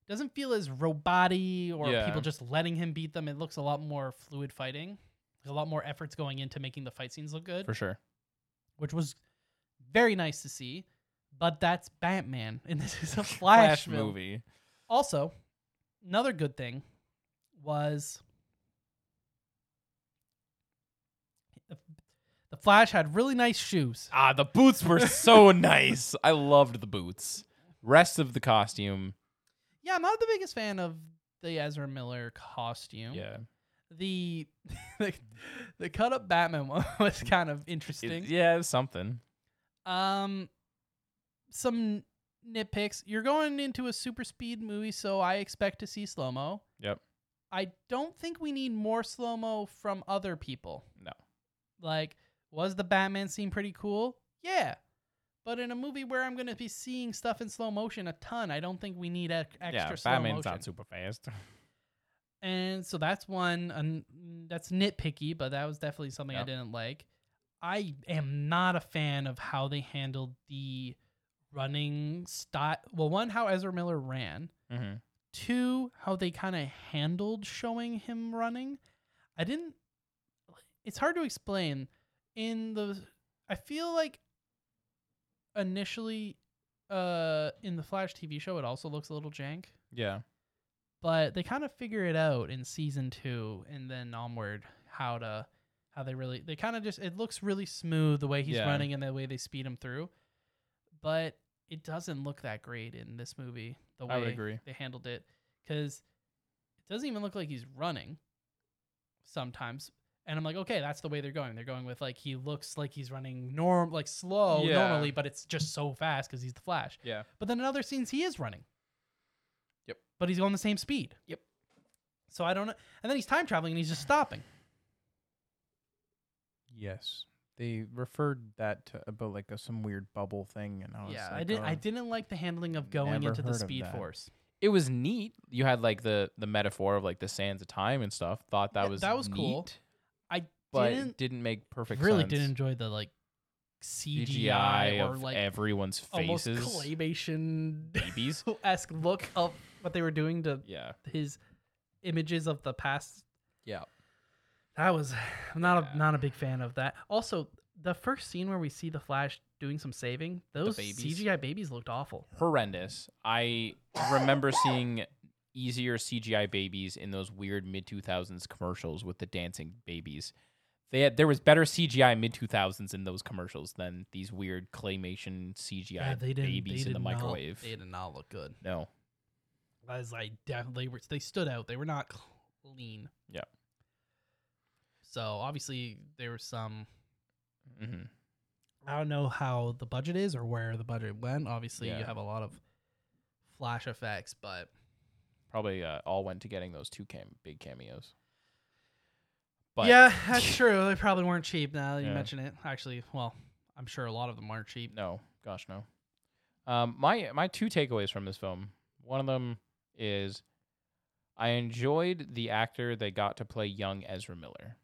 S2: it doesn't feel as roboty or
S3: Yeah.
S2: people just letting him beat them. It looks a lot more fluid fighting. There's a lot more efforts going into making the fight scenes look good,
S3: For sure.
S2: which was very nice to see. But that's Batman, and this is a
S3: Flash
S2: Flash, film.
S3: movie.
S2: Also, another good thing was the Flash had really nice shoes.
S3: Ah, the boots [LAUGHS] were so nice. I loved the boots. Rest of the costume.
S2: Yeah, I'm not the biggest fan of the Ezra Miller costume.
S3: Yeah.
S2: The [LAUGHS] the, the cut up Batman [LAUGHS] one was kind of interesting.
S3: It, yeah, it was something.
S2: Um some nitpicks. You're going into a super speed movie, so I expect to see slow-mo.
S3: Yep.
S2: I don't think we need more slow-mo from other people.
S3: No.
S2: Like, was the Batman scene pretty cool? Yeah. But in a movie where I'm going to be seeing stuff in slow motion a ton, I don't think we need ec- extra
S3: yeah,
S2: slow
S3: Batman's
S2: motion.
S3: not super fast. [LAUGHS]
S2: And so that's one an, that's nitpicky, but that was definitely something I
S3: Yeah.
S2: didn't like. I am not a fan of how they handled the running style. Well, one, how Ezra Miller ran.
S3: Mm-hmm.
S2: Two, how they kind of handled showing him running. I didn't. It's hard to explain. In the, I feel like initially, uh, in the Flash TV show, it also looks a little jank
S3: Yeah.
S2: but they kind of figure it out in season two and then onward how to how they really they kind of just it looks really smooth the way he's
S3: Yeah.
S2: running and the way they speed him through but it doesn't look that great in this movie the way
S3: I would agree.
S2: they handled it because it doesn't even look like he's running sometimes and i'm like okay that's the way they're going they're going with like he looks like he's running norm like slow
S3: Yeah.
S2: normally but it's just so fast because he's the flash
S3: Yeah.
S2: but then in other scenes, he is running.
S3: Yep.
S2: But he's going the same speed.
S3: Yep.
S2: So I don't know. And then he's time traveling and he's just stopping.
S5: Yes. They referred that to about like a, some weird bubble thing, and I was
S2: yeah,
S5: like,
S2: I didn't. I
S5: "Oh."
S2: didn't like the handling of going
S5: Never
S2: into the
S5: heard of
S2: Speed
S5: that.
S2: Force.
S3: It was neat. You had like the the metaphor of like the sands of time and stuff. Thought that
S2: Yeah,
S3: was
S2: that was cool.
S3: neat,
S2: I
S3: but
S2: didn't
S3: it didn't make perfect
S2: really
S3: sense.
S2: did enjoy the like CGI,
S3: CGI
S2: or
S3: of
S2: like
S3: everyone's
S2: almost
S3: faces.
S2: claymation
S3: babies.
S2: esque look of what they were doing to
S3: Yeah.
S2: his images of the past
S3: Yeah.
S2: That was I'm not
S3: Yeah.
S2: a not a big fan of that. Also, the first scene where we see the Flash doing some saving, those
S3: babies.
S2: CGI babies looked awful.
S3: horrendous. I remember seeing easier CGI babies in those weird mid 2000s commercials with the dancing babies. They had there was better CGI mid 2000s in those commercials than these weird claymation CGI babies in the microwave.
S2: they did not look good.
S3: no.
S2: As I definitely were, they stood out. They were not clean.
S3: Yeah.
S2: So obviously there were some
S3: hmm
S2: I don't know how the budget is or where the budget went. Obviously, you
S3: Yeah.
S2: have a lot of flash effects, but
S3: Probably uh, all went to getting those two cam- big cameos. But
S2: yeah,
S3: [LAUGHS]
S2: that's true. They probably weren't cheap. Now that you
S3: Yeah.
S2: mention it, actually, well, I'm sure a lot of them aren't cheap.
S3: No, gosh no. Um, my my two takeaways from this film. One of them is I enjoyed the actor they got to play young Ezra Miller.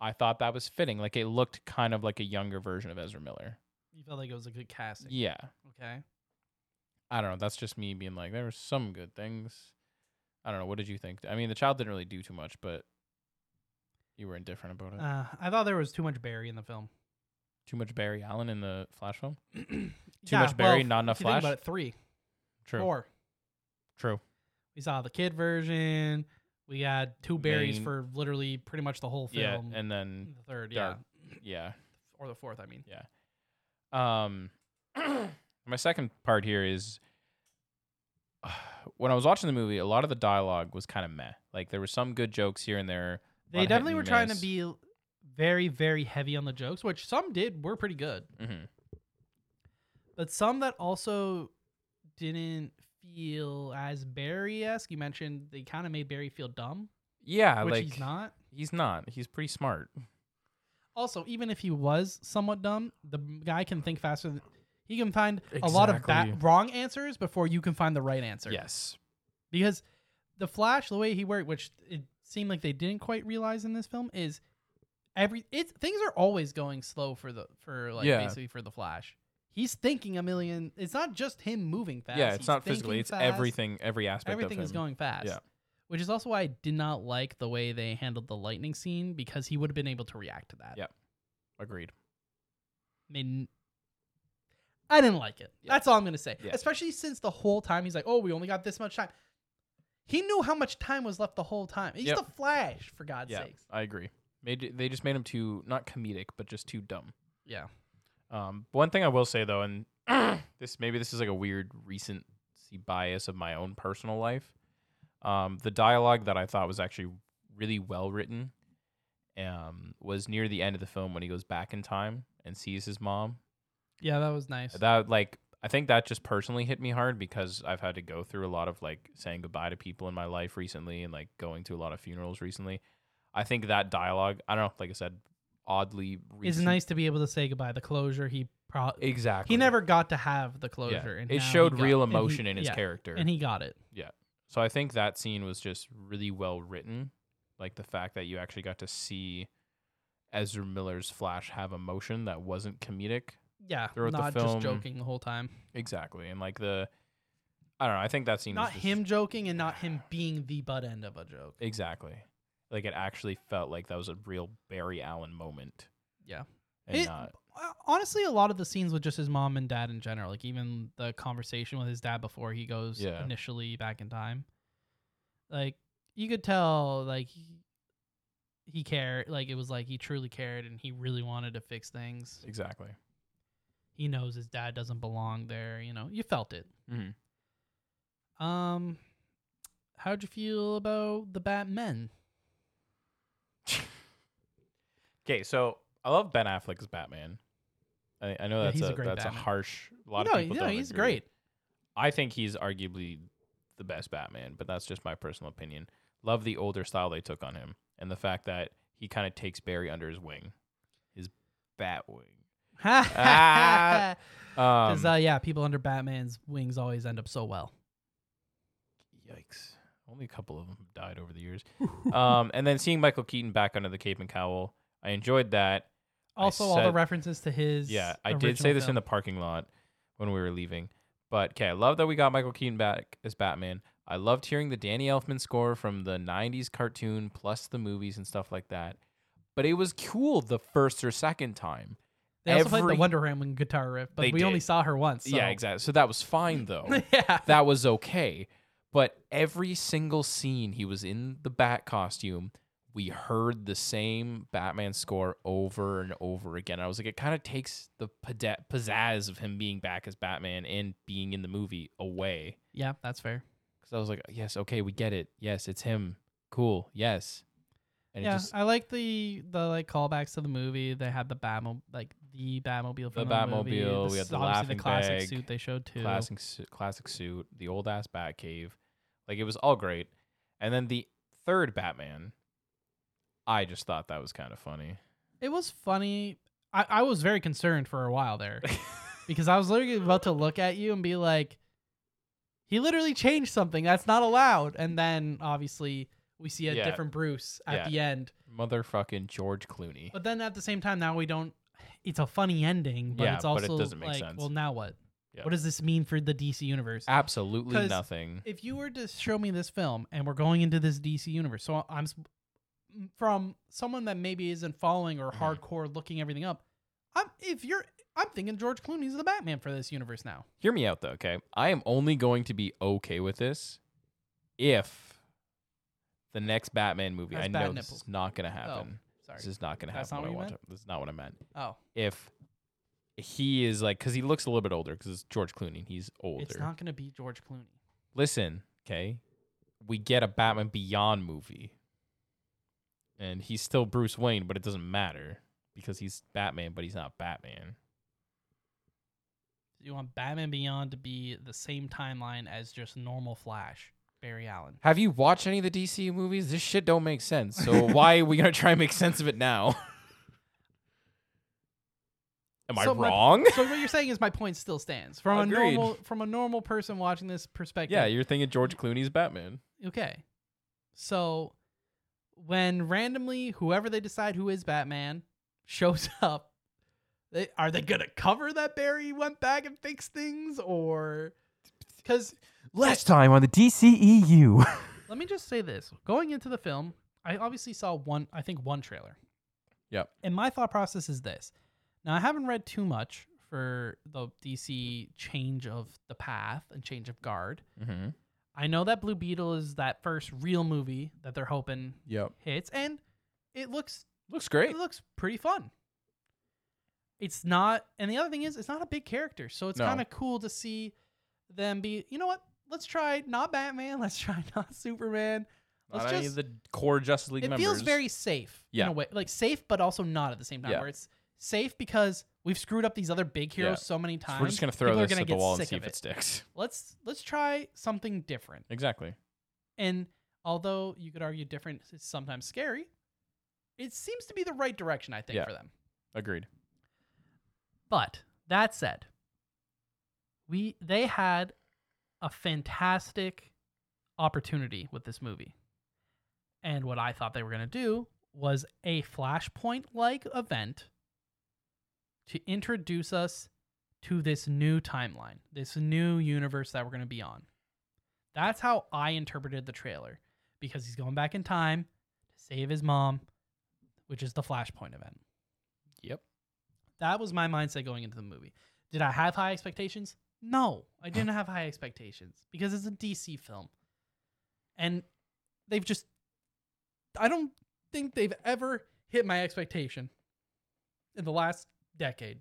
S3: I thought that was fitting. Like it looked kind of like a younger version of Ezra Miller.
S2: You felt like it was a good casting.
S3: Yeah.
S2: Okay.
S3: I don't know. That's just me being like, there were some good things. I don't know. What did you think? I mean, the child didn't really do too much, but you were indifferent about it.
S2: Uh, I thought there was too much Barry in the film.
S3: too much Barry Allen in the Flash film?
S2: too
S3: much Barry, not enough Flash?
S2: About it, three,
S3: True.
S2: four.
S3: True.
S2: We saw the kid version. We had two berries
S3: Main-
S2: for literally pretty much the whole
S3: Yeah.
S2: film. Mm.
S3: And then,
S2: the third,
S3: Dark.
S2: yeah,
S3: yeah.
S2: or the fourth. I mean,
S3: Um, my second part here is [SIGHS] when I was watching the movie, a lot of the dialogue was kind of meh. Like there were some good jokes here and there. a lot
S2: they
S3: of hit
S2: definitely were
S3: and
S2: trying to
S3: miss.
S2: be l- very, very heavy on the jokes, which some did were pretty good,
S3: Mhm.
S2: but some that also didn't feel as Barry esque. You mentioned they kind of made Barry feel dumb,
S3: Yeah,
S2: which
S3: like
S2: he's not.
S3: He's not. He's pretty smart.
S2: Also, even if he was somewhat dumb, the guy can think faster. Than, he can find a lot of ba-
S3: Exactly.
S2: wrong answers before you can find the right answer.
S3: Yes.
S2: because the flash the way he worked which it seemed like they didn't quite realize in this film is every it's things are always going slow for the for like
S3: Yeah.
S2: basically for the flash he's thinking a million it's not just him moving fast
S3: yeah, it's
S2: he's
S3: not physically.
S2: thinking
S3: It's
S2: fast.
S3: everything. Every aspect.
S2: everything
S3: of
S2: is
S3: him.
S2: going fast
S3: Yeah.
S2: which is also why i did not like the way they handled the lightning scene because he would have been able to react to that
S3: Yeah. Agreed.
S2: I mean, I didn't like it.
S3: Yeah.
S2: That's all I'm gonna say.
S3: Yeah.
S2: Especially since the whole time he's like, "Oh, we only got this much time." He knew how much time was left the whole time. He's
S3: Yep.
S2: the Flash, for God's
S3: yeah,
S2: sakes.
S3: I agree. Made they just made him too not comedic, but just too dumb.
S2: Yeah.
S3: Um, one thing I will say though, and [CLEARS THROAT] this maybe this is like a weird recency bias of my own personal life. Um, the dialogue that I thought was actually really well written um, was near the end of the film when he goes back in time and sees his mom.
S2: Yeah, that was nice.
S3: That like I think that just personally hit me hard because I've had to go through a lot of like saying goodbye to people in my life recently and like going to a lot of funerals recently. I think that dialogue, I don't know, like I said, oddly
S2: it's
S3: recent-
S2: nice to be able to say goodbye. The closure he pro-
S3: Exactly.
S2: he never got to have the
S3: Yeah.
S2: closure, and
S3: it
S2: now he
S3: showed
S2: got-
S3: real
S2: and he-
S3: emotion in his
S2: yeah,
S3: character.
S2: and he got it.
S3: so I think that scene was just really well written. Like the fact that you actually got to see Ezra Miller's Flash have emotion that wasn't comedic.
S2: Yeah,
S3: Throughout the
S2: not
S3: film,
S2: just joking the whole time.
S3: Exactly. And like the I don't know, I think that scene
S2: Not
S3: was just-
S2: him joking, and not him being the butt end of a joke.
S3: Exactly. Like it actually felt like that was a real Barry Allen moment.
S2: Yeah.
S3: And
S2: It-
S3: not
S2: Uh, honestly a lot of the scenes with just his mom and dad in general like even the conversation with his dad before he goes
S3: Yeah.
S2: initially back in time like you could tell like he, he cared like it was like he truly cared and he really wanted to fix things
S3: exactly.
S2: he knows his dad doesn't belong there you know you felt it
S3: Mhm.
S2: um how'd you feel about the batmen
S3: Okay, so I love Ben Affleck's Batman. I, I know
S2: Yeah,
S3: that's
S2: he's
S3: a,
S2: a great
S3: that's a
S2: Batman.
S3: harsh a lot
S2: no,
S3: of people.
S2: no
S3: don't
S2: he's
S3: agree.
S2: great [LAUGHS]
S3: I think he's arguably the best Batman, but that's just my personal opinion. Love the older style they took on him and the fact that he kind of takes Barry under his wing, his bat wing. Ah. Um,
S2: Because uh, yeah, people under Batman's wings always end up so well.
S3: yikes. Only a couple of them have died over the years. [LAUGHS] um, and then seeing Michael Keaton back under the cape and cowl, I enjoyed that. I
S2: Also, all the
S3: said-
S2: references to his
S3: Yeah, I did say this in the parking lot when we were leaving. But okay, I love that we got Michael Keaton back as Batman. I loved hearing the Danny Elfman score from the 90s cartoon plus the movies and stuff like that. But it was cool the first or second time.
S2: They also played
S3: every-
S2: the Wonder Woman guitar riff, but
S3: They
S2: we only
S3: did.
S2: saw her once. so-
S3: Yeah, exactly. So that was fine though.
S2: [LAUGHS] yeah,
S3: that was okay. But every single scene he was in the bat costume, we heard the same Batman score over and over again. I was like, it kind of takes the pizza- pizzazz of him being back as Batman and being in the movie away.
S2: yeah, that's fair.
S3: Because I was like, yes, okay, we get it. Yes, it's him. Cool. Yes. And
S2: yeah,
S3: it just,
S2: I like the the like callbacks to the movie. They had the Batmo like the Batmobile
S3: The
S2: from movie.
S3: Batmobile,
S2: This
S3: we had
S2: is
S3: the
S2: obviously
S3: laughing
S2: the classic
S3: bag,
S2: suit they showed too.
S3: classic su- classic suit, the old ass Batcave, like it was all great. And then the third Batman, I just thought that was kind of funny. [LAUGHS]
S2: It was funny. I, I was very concerned for a
S3: [LAUGHS]
S2: while there because I was literally about to look at you and be like, he literally changed something. That's not allowed. And then obviously we see a
S3: Yeah.
S2: different Bruce at
S3: Yeah.
S2: the end.
S3: Motherfucking George Clooney.
S2: But then at the same time, now we don't. It's a funny ending, but
S3: Yeah,
S2: it's
S3: but
S2: also
S3: it doesn't make
S2: like,
S3: sense.
S2: well, now what?
S3: Yeah.
S2: What does this mean for the DC universe?
S3: Absolutely
S2: 'Cause
S3: nothing.
S2: if you were to show me this film and we're going into this DC universe, so I'm s- from someone that maybe isn't following or
S3: Mhm.
S2: hardcore looking everything up. I'm if you're I'm thinking George Clooney's the Batman for this universe now.
S3: Hear me out though, okay? I am only going to be okay with this if the next Batman movie.
S2: That's
S3: I
S2: bad
S3: know this
S2: nipple.
S3: is not gonna happen.
S2: Oh, Sorry.
S3: this is not gonna
S2: That's
S3: happen.
S2: not
S3: I
S2: what you
S3: want
S2: meant?
S3: to- this is not what I meant.
S2: oh,
S3: If he is like, because he looks a little bit older, because it's George Clooney. He's older.
S2: it's not gonna be George Clooney.
S3: Listen, okay, we get a Batman Beyond movie, and he's still Bruce Wayne, but it doesn't matter because he's Batman, but he's not Batman.
S2: You want Batman Beyond to be the same timeline as just normal Flash, Barry Allen.
S3: Have you watched any of the DC movies? This shit don't make sense. [LAUGHS] So why are we gonna try and make sense of it [LAUGHS] now? Am I
S2: So my-
S3: [LAUGHS] wrong?
S2: so what you're saying is my point still stands from
S3: Agreed.
S2: a normal from a normal person watching this perspective.
S3: yeah, you're thinking George Clooney's Batman.
S2: Okay. So when randomly whoever they decide who is Batman shows [LAUGHS] up, they are they gonna cover that Barry went back and fixed things or because
S1: Last time on the E DCEU.
S2: let me just say this. Going into the film, I obviously saw one I think one trailer.
S3: Yep.
S2: And my thought process is this. Now I haven't read too much for the DC change of the path and change of guard.
S3: Mm-hmm.
S2: I know that Blue Beetle is that first real movie that they're hoping
S5: Yep.
S2: hits, and it looks
S3: Looks great.
S2: it looks pretty fun. It's not, and the other thing is, it's not a big character, so it's
S3: No.
S2: kind of cool to see them be. You know what? Let's try not Batman. [LAUGHS] Let's try not Superman. Let's
S3: Not any
S2: just.
S3: of the core Justice League
S2: it
S3: members.
S2: feels very safe in
S3: Yeah.
S2: a way, like safe, but also not at the same time.
S3: Yeah.
S2: Where it's safe because we've screwed up these other big heroes
S3: Yeah.
S2: so many times.
S3: We're just gonna throw
S2: people are
S3: this
S2: gonna
S3: at the
S2: get
S3: wall and
S2: sick
S3: see
S2: of
S3: if it sticks.
S2: Let's let's try something different.
S3: Exactly.
S2: And although you could argue different is sometimes scary, it seems to be the right direction, I think,
S3: Yeah.
S2: for them.
S3: Agreed.
S2: But that said, we they had a fantastic opportunity with this movie. And what I thought they were going to do was a flashpoint like event to introduce us to this new timeline, this new universe that we're going to be on. That's how I interpreted the trailer because he's going back in time to save his mom, which is the flashpoint event.
S3: Yep.
S2: That was my mindset going into the movie. Did I have high expectations? No, I didn't have high expectations because it's a DC film. And they've just I don't think they've ever hit my expectation in the last decade.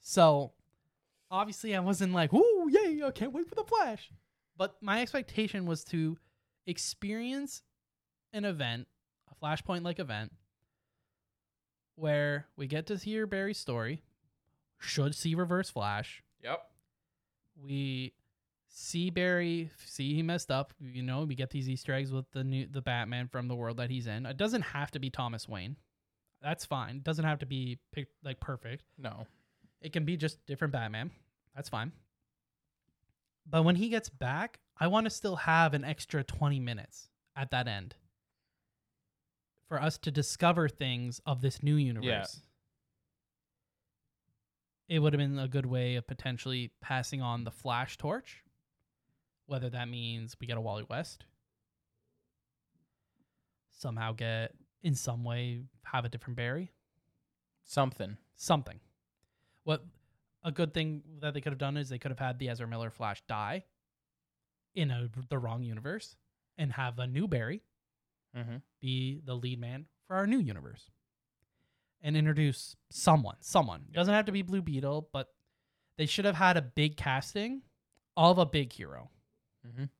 S2: So, obviously I wasn't like, "Ooh, yay, I can't wait for the Flash." But my expectation was to experience an event, a flashpoint like event where we get to hear Barry's story, should see Reverse Flash.
S3: Yep.
S2: We see Barry, see he messed up. You know, we get these Easter eggs with the new the Batman from the world that he's in. It doesn't have to be Thomas Wayne. That's fine. It doesn't have to be pic- like perfect.
S3: No.
S2: It can be just different Batman. That's fine. But when he gets back, I want to still have an extra 20 minutes at that end for us to discover things of this new universe. It would have been a good way of potentially passing on the Flash torch, whether that means we get a Wally West, somehow get, in some way, have a different Barry
S3: Something.
S2: something. What a good thing that they could have done is they could have had the Ezra Miller Flash die in a, the wrong universe and have a new Barry
S3: Mm-hmm.
S2: be the lead man for our new universe and introduce someone. Someone doesn't have to be Blue Beetle, but they should have had a big casting of a big hero.
S3: Mhm.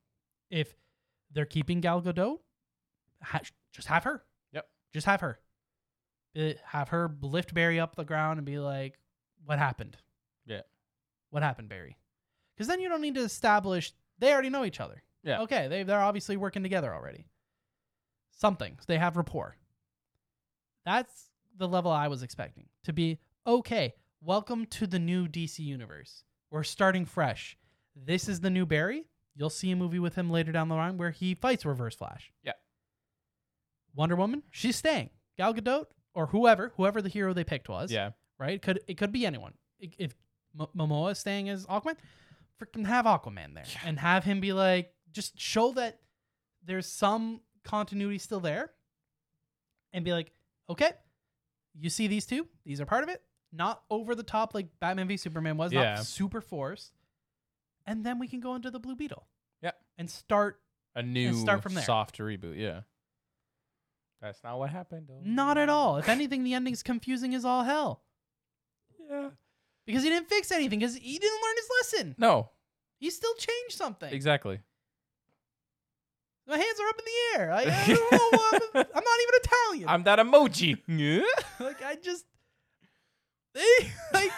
S2: If they're keeping Gal Gadot, ha- just have her.
S3: Yep.
S2: Just have her. Be- Have her lift Barry up the ground and be like, "What happened?
S3: Yeah.
S2: what happened, Barry?" Because then you don't need to establish. They already know each other.
S3: Yeah.
S2: Okay. They they're obviously working together already. Something. They have rapport. That's the level I was expecting to be. Okay. Welcome to the new DC universe. We're starting fresh. This is the new Barry. You'll see a movie with him later down the line where he fights Reverse Flash.
S3: Yeah.
S2: Wonder Woman, she's staying. Gal Gadot or whoever, whoever the hero they picked was.
S3: Yeah.
S2: Right? Could it could be anyone. I- If M- Momoa is staying as Aquaman, freaking have Aquaman there and have him be like, just show that there's some continuity still there, and be like, okay, you see these two, these are part of it. Not over the top like Batman v Superman was,
S3: Yeah.
S2: not super forced. And then we can go into the Blue Beetle.
S3: Yeah.
S2: And start
S3: A new
S2: start from there.
S3: soft reboot. Yeah. That's not what happened. though.
S2: Not at all. If anything, the ending's confusing as all hell
S3: Yeah.
S2: because he didn't fix anything because he didn't learn his lesson.
S3: No.
S2: He still changed something.
S3: Exactly.
S2: My hands are up in the air.
S3: [LAUGHS]
S2: I, I don't know. I'm, I'm not even Italian.
S3: I'm that emoji. [LAUGHS] Yeah.
S2: [LAUGHS] like I just they [LAUGHS] like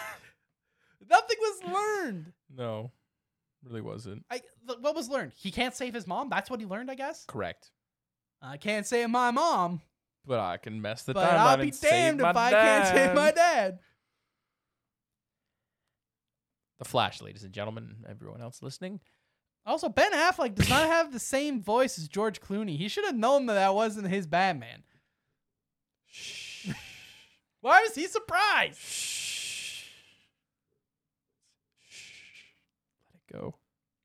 S2: nothing was learned.
S3: no. Really wasn't.
S2: I th- what was learned? He can't save his mom. That's what he learned, I guess.
S3: Correct.
S2: I can't save my mom,
S3: But I can mess the
S2: but
S3: timeline
S2: I'll be
S3: and save
S2: damned if
S3: my
S2: I can't save
S3: dad.
S2: my dad.
S3: The Flash, ladies and gentlemen, everyone else listening.
S2: Also, Ben Affleck does not have the same voice as George Clooney. He should have known that that wasn't his Batman.
S3: Shh.
S2: Why was he surprised?
S3: Shh. Shh. Let it go.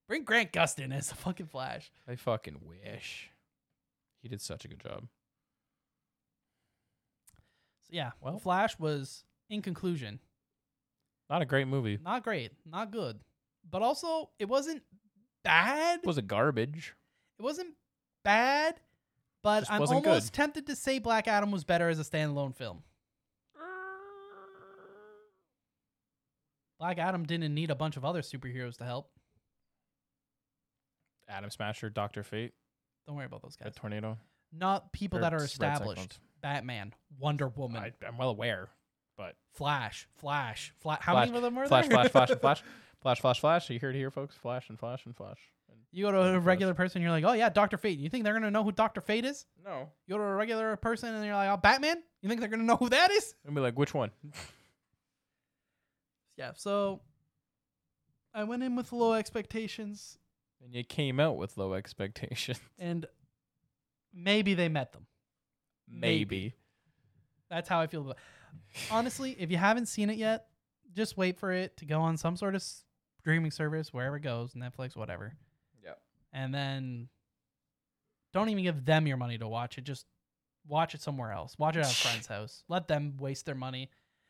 S2: Bring Grant Gustin as the fucking Flash.
S3: I fucking wish. He did such a good job.
S2: So yeah,
S3: Well-
S2: well, Flash was in conclusion
S3: Not a great movie.
S2: not great, not good, but also it wasn't bad.
S3: It was a garbage.
S2: It wasn't bad, but
S3: Just
S2: I'm
S3: wasn't
S2: almost
S3: good.
S2: tempted to say Black Adam was better as a standalone film. Black Adam didn't need a bunch of other superheroes to help.
S3: Adam Smasher, Doctor Fate,
S2: Don't worry about those
S3: Red
S2: guys.
S3: Tornado.
S2: Not people
S3: Or
S2: that are
S3: Red
S2: established.
S3: Cyclones.
S2: Batman, Wonder Woman,
S3: I, I'm well aware, but
S2: Flash, Flash, Flash. How
S3: Flash,
S2: many of them were
S3: Flash,
S2: there?
S3: Flash, Flash, and Flash, Flash, Flash, Flash. You heard it here, folks. Flash and Flash and Flash. And
S2: [LAUGHS] You go to a regular person, you're like, oh yeah, Doctor Fate. You think they're gonna know who Doctor Fate is?
S3: no,
S2: You go to a regular person and you're like, oh Batman. You think they're gonna know who that is?
S3: I'd be like, which one?
S2: Yeah. So I went in with low expectations,
S3: And you came out with low [LAUGHS] expectations.
S2: and maybe they met them. Maybe. That's how I feel. About Honestly, if you haven't seen it yet, just wait for it to go on some sort of streaming service, wherever it goes, Netflix, whatever.
S3: Yep.
S2: And then don't even give them your money to watch it. Just watch it somewhere else. Watch
S3: [LAUGHS]
S2: it at a friend's house. Let them waste their money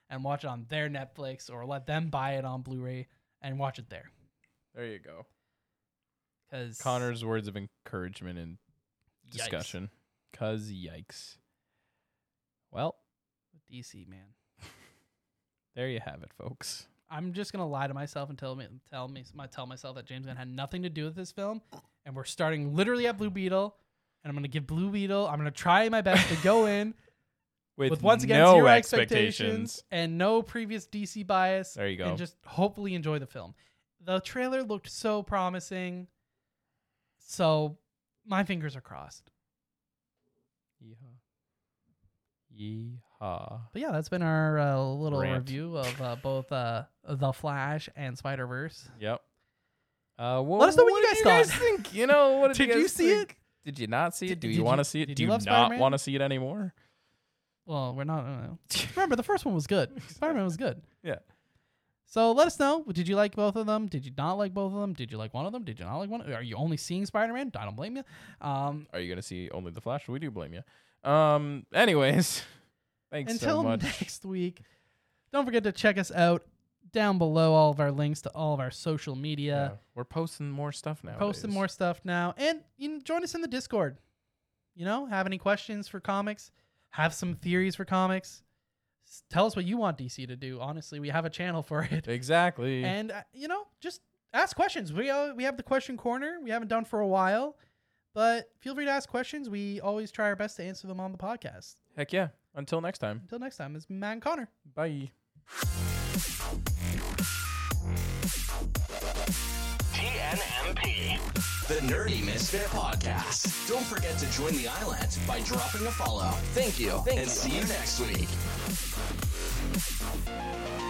S2: and watch it on their Netflix or let them buy it on Blu-ray and watch it there.
S3: There you go.
S2: Cause
S3: Connor's words of encouragement and
S2: Yikes.
S3: discussion. Cause yikes. Well,
S2: DC man.
S3: there you have it, folks.
S2: I'm just gonna lie to myself and tell me tell me my tell myself that James Gunn had nothing to do with this film, and we're starting literally at Blue Beetle, and I'm gonna give Blue Beetle. I'm gonna try my best to
S3: [LAUGHS]
S2: go in with, once again
S3: no
S2: zero
S3: expectations.
S2: expectations and no previous DC bias.
S3: There you go.
S2: And just hopefully enjoy the film. The trailer looked so promising, so my fingers are crossed.
S3: Yeehaw. Yeehaw.
S2: But yeah, that's been our uh, little
S3: Rant.
S2: review of uh, both uh, The Flash and Spider Verse.
S3: Yep. Uh, well,
S2: Let us know what you
S3: did
S2: guys thought.
S3: think. [LAUGHS] You know, what did,
S2: [LAUGHS] Did
S3: you,
S2: you
S3: guys
S2: see
S3: think? Did you not see it?
S2: Did-
S3: Do
S2: did
S3: you
S2: you-
S3: want to see it?
S2: did
S3: Do
S2: you
S3: you,
S2: love
S3: not
S2: Spider-Man?
S3: want to see it anymore?
S2: Well, we're not.
S3: [LAUGHS]
S2: I don't know. Remember, the first one was good. Spider Man was good.
S3: Yeah.
S2: So let us know. Did you like both of them? Did you not like both of them? Did you like one of them? Did you not like one? Are you only seeing Spider Man? I don't blame you. Um,
S3: Are you gonna see only the Flash? We do blame you. Um. Anyways, [LAUGHS] thanks so
S2: until
S3: much.
S2: [LAUGHS] next week, don't forget to check us out down below. All of our links to all of our social media.
S3: Yeah, We're posting more stuff now.
S2: uh, Posting more stuff now, and you know, join us in the Discord. You know, have any questions for comics? Have some theories for comics? S- Tell us what you want DC to do. Honestly, we have a channel for it.
S3: Exactly.
S2: and uh, you know just ask questions we uh, we have the question corner we haven't done for a while but feel free to ask questions we always try our best to answer them on the podcast
S3: Heck yeah. Until next time.
S2: Until next time, it's Matt and Connor.
S5: Bye.
S4: TNMP, the Nerdy Misfit Podcast. Don't forget to join the island by dropping a follow. Thank you, and see you next week.